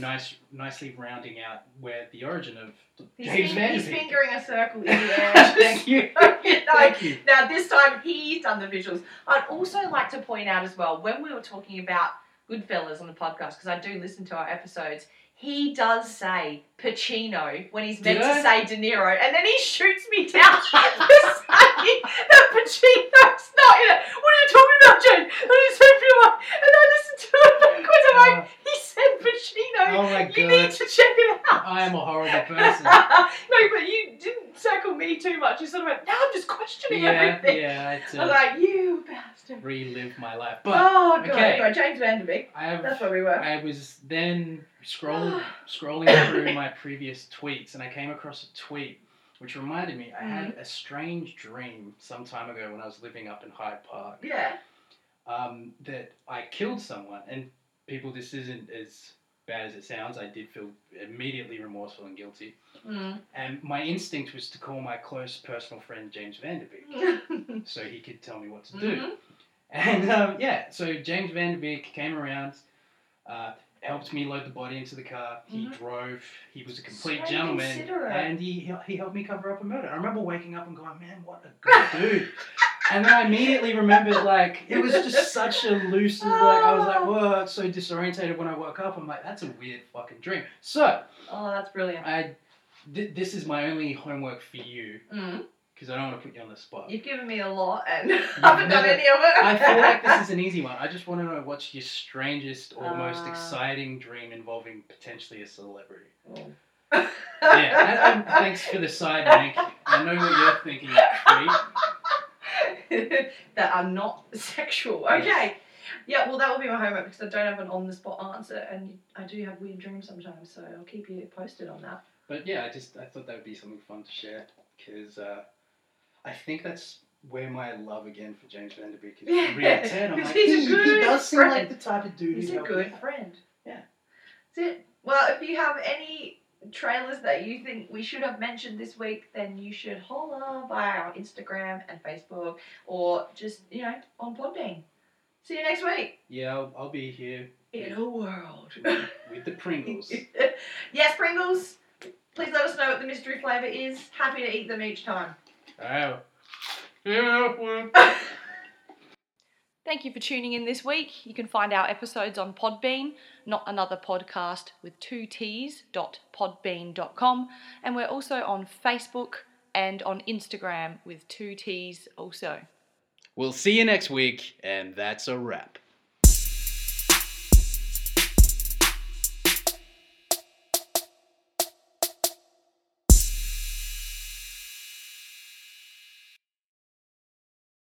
nice, nicely rounding out where the origin of He's, James fin- he's Vanderbeek. fingering a circle in the air. [laughs] Thank [laughs] you. no, Thank you. Now this time he's done the visuals. I'd also like to point out as well when we were talking about Goodfellas on the podcast because I do listen to our episodes. He does say Pacino when he's meant Did to say De Niro, and then he shoots me down [laughs] for saying that Pacino's not in it. What are you talking about, Jane? I just hope you are. And I listened to it backwards. I'm like, Uh, he said Pacino. oh my you need god. to check it out. Uh, I am a horrible [laughs] person. no, but you didn't circle me too much. You sort of went, no, I'm just questioning Yeah, everything. yeah. I had I was to like, you bastard. relive my life, but Oh, God. okay. Anyway, James Vanderbeek. I have. That's where we were. I was then [gasps] scroll, scrolling through my previous tweets, and I came across a tweet which reminded me I Mm-hmm. had a strange dream some time ago when I was living up in Hyde Park. yeah. um, that I killed someone. And people, this isn't as bad as it sounds. I did feel immediately remorseful and guilty. Mm. And my instinct was to call my close personal friend James Vanderbeek Mm. so he could tell me what to do. Mm-hmm. And um, yeah, so James Vanderbeek came around, uh, helped me load the body into the car. He Mhm. drove. He was a complete So gentleman. considerate. And he, he- he helped me cover up a murder. I remember waking up and going, man, what a good dude. And then I immediately remembered, like, it was just such a loose, like, I was like, whoa, it's so disorientated when I woke up. I'm like, that's a weird fucking dream. So, Oh, that's brilliant. I, th- this is my only homework for you, Mm. because I don't want to put you on the spot. You've given me a lot and [laughs] I haven't done never- any of it. I feel like [laughs] this is an easy one. I just want to know what's your strangest or most Uh. exciting dream involving potentially a celebrity. Oh. Yeah, and, and thanks for the side wink. I know what you're thinking, you creep. [laughs] that are not sexual. Yes. Okay. Yeah, well, that will be my homework because I don't have an on the spot answer and I do have weird dreams sometimes, so I'll keep you posted on that. But yeah, I just I thought that would be something fun to share because uh, I think that's where my love again for James Vanderbeek is Yeah, really turned. I'm 'cause like, he's a "He- he good does seem like friend. the type of dude He's who'd a help good you out." friend. Yeah. That's it. Well, if you have any trailers that you think we should have mentioned this week, then you should holler via our Instagram and Facebook or just, you know, on Podbean. See you next week. Yeah, I'll, I'll be here In a world. with the Pringles. [laughs] yes, Pringles. Please let us know what the mystery flavour is. Happy to eat them each time. oh. Yeah, well. Thank you for tuning in this week. You can find our episodes on Podbean, not another podcast with two T's dot podbean.com, and we're also on Facebook and on Instagram with two T's also. We'll see you next week, and that's a wrap.